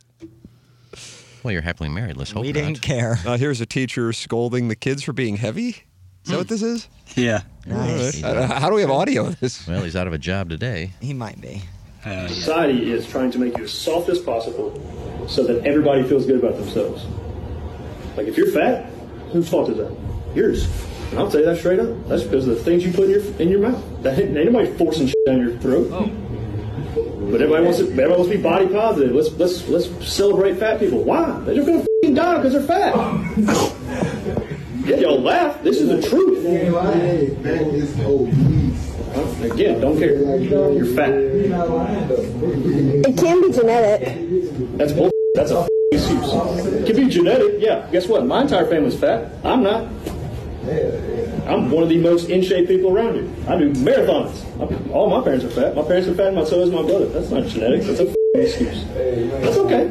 [SPEAKER 1] Well, you're happily married. Let's hope
[SPEAKER 8] We
[SPEAKER 1] not.
[SPEAKER 8] didn't
[SPEAKER 7] care.
[SPEAKER 5] Uh, here's a teacher scolding the kids for being heavy. Is that what this is?
[SPEAKER 1] Yeah.
[SPEAKER 5] Mm. Nice. Uh, how do we have audio of this?
[SPEAKER 1] Well, he's out of a job today.
[SPEAKER 7] He might be.
[SPEAKER 11] Society is trying to make you as soft as possible so that everybody feels good about themselves. Like if you're fat, whose fault is that? Yours. And I'll tell you that straight up. That's because of the things you put in your in your mouth. That ain't ain't nobody forcing shit down your throat. But everybody wants to everybody wants to be body positive. Let's let's let's celebrate fat people. Why? They're just gonna fing die because they're fat. yeah, y'all laugh. This is the truth. Again, don't care. You're fat.
[SPEAKER 12] It can be genetic.
[SPEAKER 11] That's bull. That's a excuse. It could be genetic. Yeah. Guess what? My entire family's fat. I'm not. I'm one of the most in shape people around you. I do marathons. I'm- all my parents are fat. My parents are fat, and my so is my brother. That's not genetics. That's a excuse. That's okay.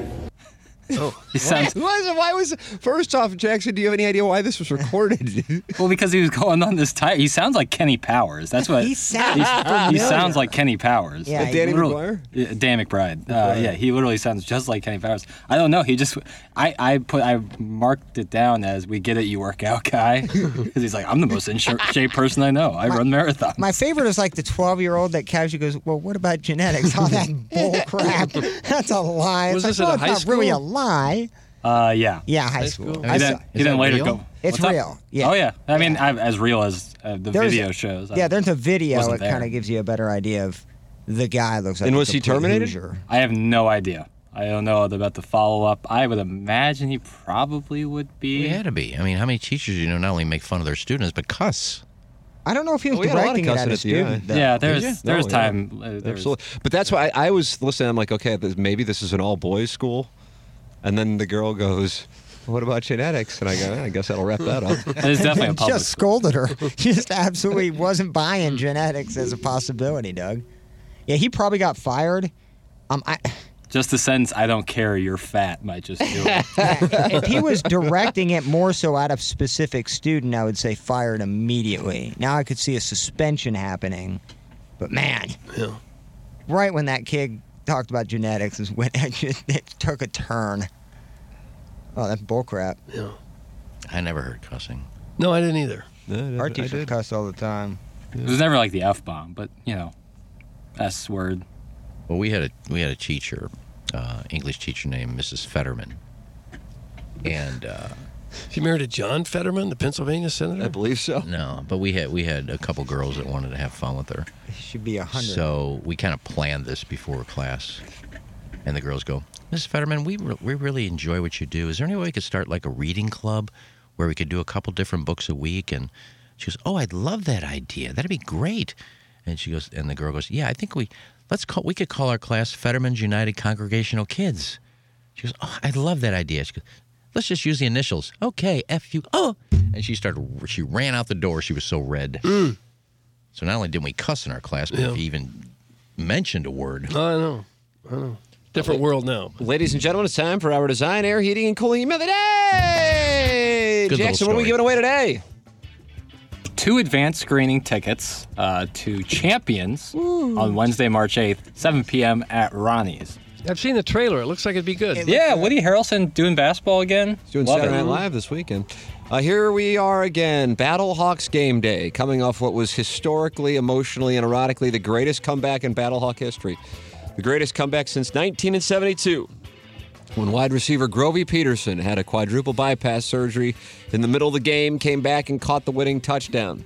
[SPEAKER 5] Oh,
[SPEAKER 11] he sounds-
[SPEAKER 5] why, is it- why was first off, Jackson? Do you have any idea why this was recorded?
[SPEAKER 6] well, because he was going on this time. He sounds like Kenny Powers. That's what
[SPEAKER 5] He sounds
[SPEAKER 6] he's- He
[SPEAKER 5] familiar.
[SPEAKER 6] sounds like Kenny Powers.
[SPEAKER 5] Yeah, Uh, he- Danny
[SPEAKER 6] Literally-
[SPEAKER 5] McGuire?
[SPEAKER 6] Yeah, Danny McBride. Uh, yeah, he literally sounds just like Kenny Powers. I don't know. He just I I put I marked it down as we get it. You work out guy because he's like I'm the most in sh- shape person I know. I run marathons.
[SPEAKER 7] My favorite is like the 12 year old that casually goes, Well, what about genetics? All that bull crap. That's a lie.
[SPEAKER 6] Was
[SPEAKER 7] it's
[SPEAKER 6] this
[SPEAKER 7] like,
[SPEAKER 6] at a
[SPEAKER 7] well,
[SPEAKER 6] high
[SPEAKER 7] it's not really a
[SPEAKER 6] school?
[SPEAKER 7] lie.
[SPEAKER 6] Uh, yeah.
[SPEAKER 7] Yeah, high school.
[SPEAKER 6] He then, he then later go.
[SPEAKER 7] It's
[SPEAKER 6] What's up?
[SPEAKER 7] real.
[SPEAKER 6] Oh yeah. I mean, I, as real as uh, the
[SPEAKER 7] There's-
[SPEAKER 6] video shows. I
[SPEAKER 7] Yeah, there's a video
[SPEAKER 6] wasn't
[SPEAKER 7] that kind
[SPEAKER 6] there.
[SPEAKER 7] of gives you a better idea of the guy looks like. a complete Hoosier.
[SPEAKER 6] I have no idea. I don't know about the follow up. I would imagine he probably would be.
[SPEAKER 1] He had to be. I mean, how many teachers do you know not only make fun of their students but cuss?
[SPEAKER 7] I don't know if he was
[SPEAKER 5] Oh, We had a lot of
[SPEAKER 7] directing it at a
[SPEAKER 5] cussing at the end.
[SPEAKER 7] student. though.
[SPEAKER 6] Yeah, there's-
[SPEAKER 5] Did you? Oh,
[SPEAKER 6] there's
[SPEAKER 5] yeah.
[SPEAKER 6] time, uh, there's-
[SPEAKER 5] Absolutely. But that's why I, I was listening. I'm like, okay, this, maybe this is an all boys school. And then the girl goes, what about genetics? And I go, "Eh, I guess that'll wrap that up.
[SPEAKER 7] And just scolded her. just absolutely wasn't buying genetics as a possibility, Doug. Yeah, he probably got fired. Um, I,
[SPEAKER 6] Just the sentence, I don't care, you're fat, might just do it.
[SPEAKER 7] if he was directing it more so at a specific student, I would say fired immediately. Now I could see a suspension happening, but man,
[SPEAKER 8] Yeah.
[SPEAKER 7] right when that kid talked about genetics is when it, just, it took a turn. Oh, that's bullcrap.
[SPEAKER 8] Yeah.
[SPEAKER 1] I never heard cussing.
[SPEAKER 8] No, I didn't either.
[SPEAKER 5] No,
[SPEAKER 7] Our teachers cuss all the time.
[SPEAKER 6] It was never like the F bomb, but, you know, S word.
[SPEAKER 1] Well, we had a we had a teacher, uh, English teacher named Mrs. Fetterman, and uh,
[SPEAKER 8] she married to John Fetterman, the Pennsylvania senator.
[SPEAKER 1] I believe so. No, but we had we had a couple girls that wanted to have fun with her.
[SPEAKER 7] Should be a hundred.
[SPEAKER 1] So we kind of planned this before class, and the girls go, "Mrs. Fetterman, we re- we really enjoy what you do. Is there any way we could start like a reading club, where we could do a couple different books a week?" And she goes, "Oh, I'd love that idea. That'd be great." And she goes, and the girl goes, "Yeah, I think we let's call we could call our class Fetterman's United Congregational Kids." She goes, "Oh, I love that idea." She goes, "Let's just use the initials." Okay, F U. Oh, and she started. She ran out the door. She was so red. So not only did we cuss in our class, but
[SPEAKER 8] Mm. Yeah.
[SPEAKER 1] if you even mentioned a word.
[SPEAKER 8] I know. I know. Different world now.
[SPEAKER 5] Ladies and gentlemen, it's time for our design, air, heating, and cooling email of the day.
[SPEAKER 6] Good little
[SPEAKER 5] Jackson, what are we
[SPEAKER 6] story.
[SPEAKER 5] giving away today?
[SPEAKER 6] two advanced screening tickets uh, to Champions on Wednesday, March 8th, 7 p.m. at Ronnie's.
[SPEAKER 8] I've seen the trailer. It looks like it'd be good.
[SPEAKER 6] Yeah, Woody Harrelson doing basketball again. He's
[SPEAKER 5] doing Saturday Night Live this weekend. Uh, here we are again, Battlehawks game day, coming off what was historically, emotionally, and erotically the greatest comeback in Battlehawk history. The greatest comeback since 1972, when wide receiver Grovey Peterson had a quadruple bypass surgery in the middle of the game, came back and caught the winning touchdown.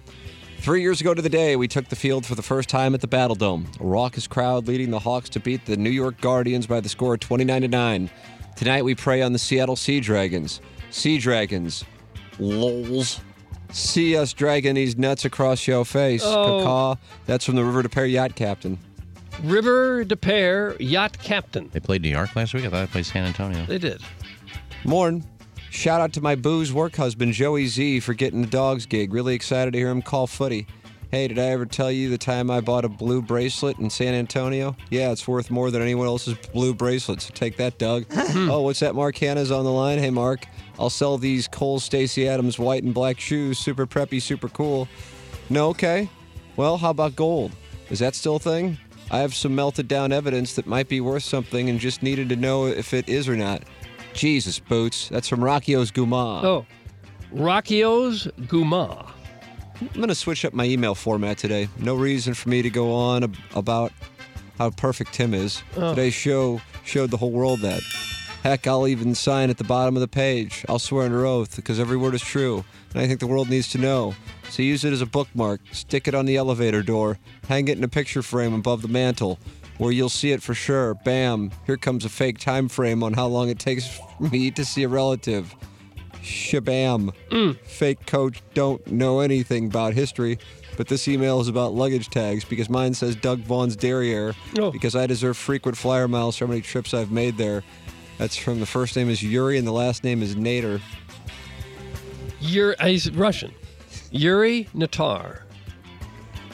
[SPEAKER 5] Three years ago to the day, we took the field for the first time at the Battle Dome. A raucous crowd leading the Hawks to beat the New York Guardians by the score of 29 to 9. Tonight, we prey on the Seattle Sea Dragons. Sea Dragons. Lols. See us dragging these nuts across your face.
[SPEAKER 8] Oh.
[SPEAKER 5] Caw. That's from the River to Pear Yacht Captain.
[SPEAKER 8] River De Pere, yacht captain.
[SPEAKER 1] They played New York last week. I thought they played San Antonio.
[SPEAKER 8] They did.
[SPEAKER 5] Morn. Shout out to my booze work husband, Joey Z, for getting the dog's gig. Really excited to hear him call footy. Hey, did I ever tell you the time I bought a blue bracelet in San Antonio? Yeah, it's worth more than anyone else's blue bracelet, so take that, Doug. oh, what's that? Mark Hanna's on the line. Hey, Mark, I'll sell these Cole Stacy Adams white and black shoes. Super preppy, super cool. No, okay. Well, how about gold? Is that still a thing? I have some melted down evidence that might be worth something and just needed to know if it is or not. Jesus, Boots. That's from Rocchio's Guma.
[SPEAKER 8] Oh, Rocchio's Guma.
[SPEAKER 5] I'm going to switch up my email format today. No reason for me to go on ab- about how perfect Tim is.
[SPEAKER 8] Oh.
[SPEAKER 5] Today's show showed the whole world that. Heck, I'll even sign at the bottom of the page. I'll swear under oath because every word is true, and I think the world needs to know. So use it as a bookmark, stick it on the elevator door, hang it in a picture frame above the mantle, where you'll see it for sure. Bam! Here comes a fake time frame on how long it takes for me to see a relative. Shabam. Fake coach don't know anything about history, but this email is about luggage tags because mine says Doug Vaughn's Derriere
[SPEAKER 8] Oh.
[SPEAKER 5] because I deserve frequent flyer miles for how many trips I've made there. That's from the first name is Yuri and the last name is Nader.
[SPEAKER 8] Yuri, uh, he's Russian. Yuri Natar.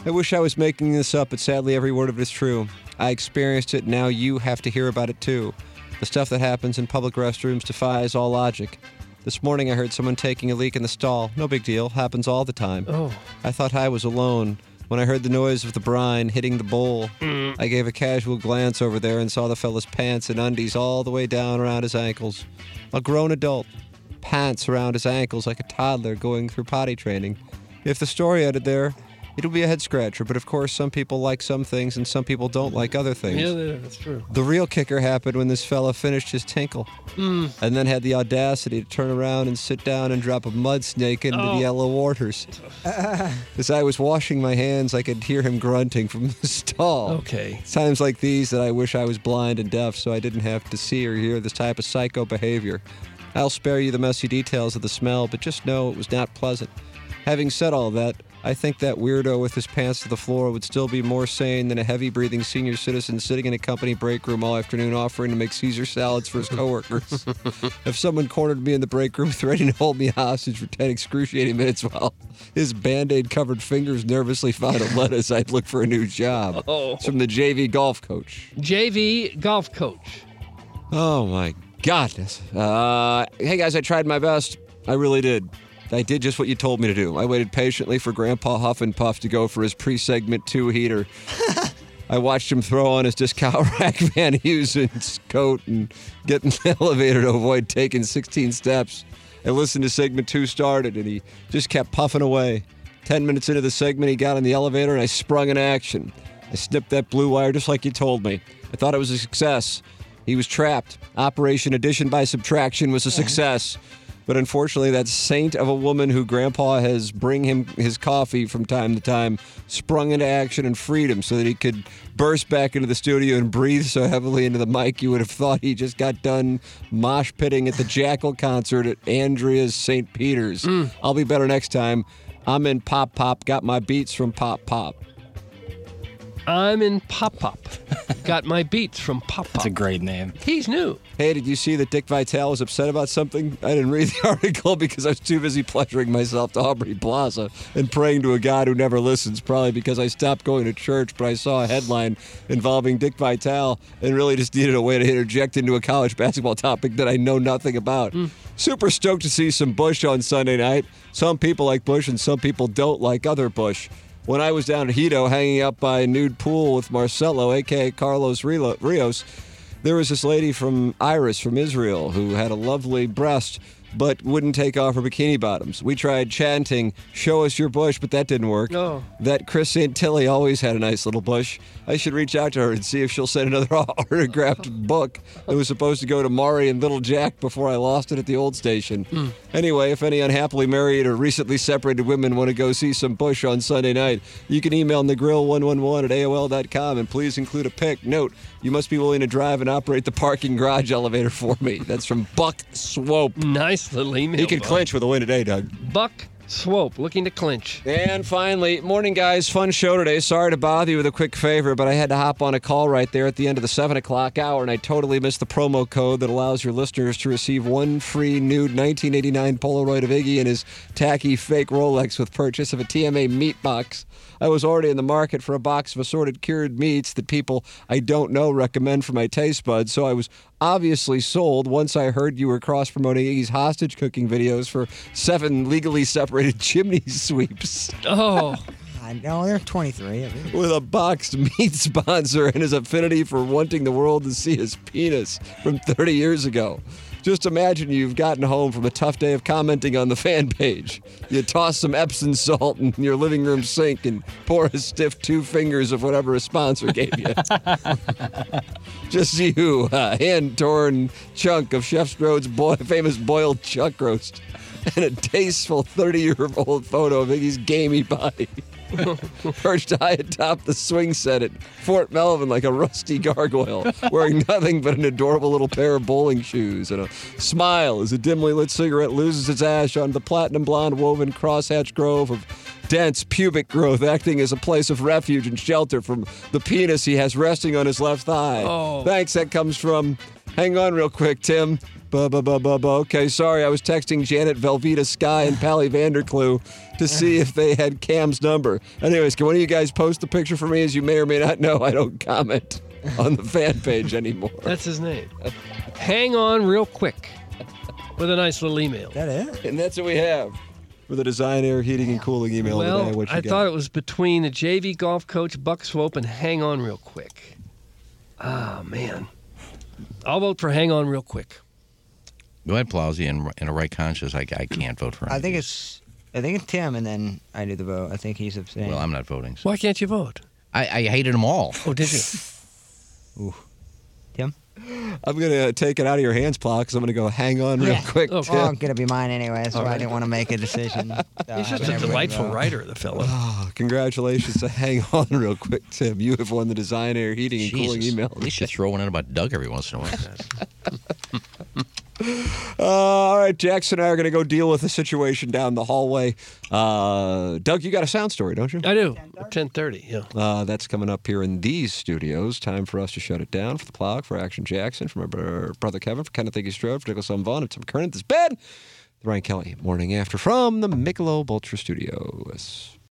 [SPEAKER 5] I wish I was making this up, but sadly, every word of it is true. I experienced it, now you have to hear about it too. The stuff that happens in public restrooms defies all logic. This morning, I heard someone taking a leak in the stall. No big deal, happens all the time.
[SPEAKER 8] Oh.
[SPEAKER 5] I thought I was alone. When I heard the noise of the brine hitting the bowl,
[SPEAKER 8] Mm.
[SPEAKER 5] I gave a casual glance over there and saw the fella's pants and undies all the way down around his ankles. A grown adult, pants around his ankles like a toddler going through potty training. If the story ended there, it'll be a head scratcher, but of course, some people like some things and some people don't like other things.
[SPEAKER 8] Yeah, yeah, that's true.
[SPEAKER 5] The real kicker happened when this fella finished his tinkle
[SPEAKER 8] Mm.
[SPEAKER 5] and then had the audacity to turn around and sit down and drop a mud snake into
[SPEAKER 8] Oh.
[SPEAKER 5] the yellow waters. As I was washing my hands, I could hear him grunting from the stall.
[SPEAKER 8] Okay.
[SPEAKER 5] It's times like these that I wish I was blind and deaf so I didn't have to see or hear this type of psycho behavior. I'll spare you the messy details of the smell, but just know it was not pleasant. Having said all that, I think that weirdo with his pants to the floor would still be more sane than a heavy breathing senior citizen sitting in a company break room all afternoon offering to make Caesar salads for his coworkers. if someone cornered me in the break room threatening to hold me hostage for 10 excruciating minutes while his band aid covered fingers nervously found a lettuce, I'd look for a new job.
[SPEAKER 8] Oh.
[SPEAKER 5] It's from the JV golf coach.
[SPEAKER 8] JV golf coach.
[SPEAKER 5] Oh my goodness. Uh, hey guys, I tried my best. I really did. I did just what you told me to do. I waited patiently for Grandpa Huff and Puff to go for his pre-segment two heater. I watched him throw on his discount rack Van Heusen's coat and get in the elevator to avoid taking 16 steps. I listened to segment two started, and he just kept puffing away. Ten minutes into the segment, he got in the elevator, and I sprung in action.
[SPEAKER 13] I snipped that blue wire just like you told me. I thought it was a success. He was trapped. Operation Addition by Subtraction was a success. But unfortunately, that saint of a woman who Grandpa has bring him his coffee from time to time sprung into action and freed him so that he could burst back into the studio and breathe so heavily into the mic you would have thought he just got done mosh pitting at the Jackal concert at Andrea's St. Peter's. I'll be better next time. I'm in Pop Pop. Got my beats from Pop Pop.
[SPEAKER 8] I'm in Pop Pop. Got my beats from Pop Pop. That's a
[SPEAKER 14] great name.
[SPEAKER 8] He's new.
[SPEAKER 13] Hey, did you see that Dick Vitale was upset about something? I didn't read the article because I was too busy pleasuring myself to Aubrey Plaza and praying to a God who never listens, probably because I stopped going to church, but I saw a headline involving Dick Vitale and really just needed a way to interject into a college basketball topic that I know nothing about. Super stoked to see some Bush on Sunday night. Some people like Bush and some people don't like other Bush. When I was down at Hito hanging out by a nude pool with Marcelo, aka Carlos Rilo- Rios, there was this lady from Iris from Israel who had a lovely breast but wouldn't take off her bikini bottoms. We tried chanting, Show us your bush, but that didn't work.
[SPEAKER 8] No.
[SPEAKER 13] That Chris Santilli always had a nice little bush. I should reach out to her and see if she'll send another autographed book that was supposed to go to Mari and Little Jack before I lost it at the old station.
[SPEAKER 8] Hmm.
[SPEAKER 10] Mm.
[SPEAKER 13] Anyway, if any unhappily married or recently separated women want to go see some Bush on Sunday night, you can email thegrill111 at AOL.com and please include a pic. Note, you must be willing to drive and operate the parking garage elevator for me. That's from Buck Swope.
[SPEAKER 8] Nice little email.
[SPEAKER 13] He can
[SPEAKER 8] Buck.
[SPEAKER 13] clinch with a win today, Doug.
[SPEAKER 8] Buck Swope looking to clinch.
[SPEAKER 13] And finally, morning guys, fun show today. Sorry to bother you with a quick favor, but I had to hop on a call right there at the end of the seven o'clock hour, and I totally missed the promo code that allows your listeners to receive one free nude 1989 Polaroid of Iggy and his tacky fake Rolex with purchase of a TMA meat box. I was already in the market for a box of assorted cured meats that people I don't know recommend for my taste buds, so I was obviously sold once I heard you were cross promoting Iggy's hostage cooking videos for seven legally separated chimney sweeps.
[SPEAKER 8] Oh.
[SPEAKER 7] I know, there are 23 of them.
[SPEAKER 13] With a boxed meat sponsor and his affinity for wanting the world to see his penis from 30 years ago. Just imagine you've gotten home from a tough day of commenting on the fan page. You toss some Epsom salt in your living room sink and pour a stiff two fingers of whatever a sponsor gave you. Just you, a hand torn chunk of Chef Strode's boy, famous boiled chuck roast, and a tasteful 30 year old photo of Iggy's gamey body. Perched high atop the swing set at Fort Melvin like a rusty gargoyle, wearing nothing but an adorable little pair of bowling shoes and a smile as a dimly lit cigarette loses its ash on the platinum blonde woven crosshatch grove of dense pubic growth, acting as a place of refuge and shelter from the penis he has resting on his left thigh.
[SPEAKER 10] Oh.
[SPEAKER 13] Thanks, that comes from. Hang on, real quick, Tim. Buh, buh, buh, buh, buh. Okay, sorry, I was texting Janet Velveeta Sky and Pally Vanderclue to see if they had Cam's number. Anyways, can one of you guys post the picture for me? As you may or may not know, I don't comment on the fan page anymore.
[SPEAKER 8] That's his name. Hang on real quick with a nice little email.
[SPEAKER 7] That is.
[SPEAKER 13] And that's what we have for the design, air, heating, and cooling email
[SPEAKER 8] well,
[SPEAKER 13] today. What you
[SPEAKER 8] I
[SPEAKER 13] got?
[SPEAKER 8] thought it was between the JV golf coach Buck Swope and Hang On Real Quick. Ah, man. I'll vote for Hang On Real Quick.
[SPEAKER 1] Go ahead, Plowsy, and in a right conscience, I, I can't vote for him.
[SPEAKER 7] I think it's I think it's Tim, and then I do the vote. I think he's abstaining.
[SPEAKER 1] Well, I'm not voting. So.
[SPEAKER 8] Why can't you vote?
[SPEAKER 1] I, I hated them all.
[SPEAKER 8] Oh, did you?
[SPEAKER 13] I'm gonna take it out of your hands, Plow, because I'm gonna go hang on real quick.
[SPEAKER 7] Oh,
[SPEAKER 13] Tim.
[SPEAKER 7] gonna be mine anyway, so
[SPEAKER 13] All
[SPEAKER 7] I
[SPEAKER 13] right.
[SPEAKER 7] didn't want to make a decision. So
[SPEAKER 8] He's
[SPEAKER 7] I
[SPEAKER 8] just
[SPEAKER 7] would
[SPEAKER 8] a
[SPEAKER 7] never
[SPEAKER 8] delightful
[SPEAKER 7] vote.
[SPEAKER 8] writer, the fellow.
[SPEAKER 1] Ah,
[SPEAKER 13] Oh, congratulations to Hang On real quick, Tim. You have won the design, air, heating, and
[SPEAKER 1] Jesus.
[SPEAKER 13] cooling email.
[SPEAKER 1] At least you throw one in about Doug every once in a while.
[SPEAKER 13] Uh, all right, Jackson and I are going to go deal with the situation down the hallway. Uh, Doug, you got a sound story, don't you?
[SPEAKER 8] I do. 10:30. Yeah.
[SPEAKER 13] Uh, that's coming up here in these studios. Time for us to shut it down for the Plog, for Action Jackson, for my br- brother Kevin, for Kenneth Iggy Strode, for Nicholas Sullivan, and Tim Kernan. This bed, Ryan Kelly, morning after from the Michelob Ultra Studios.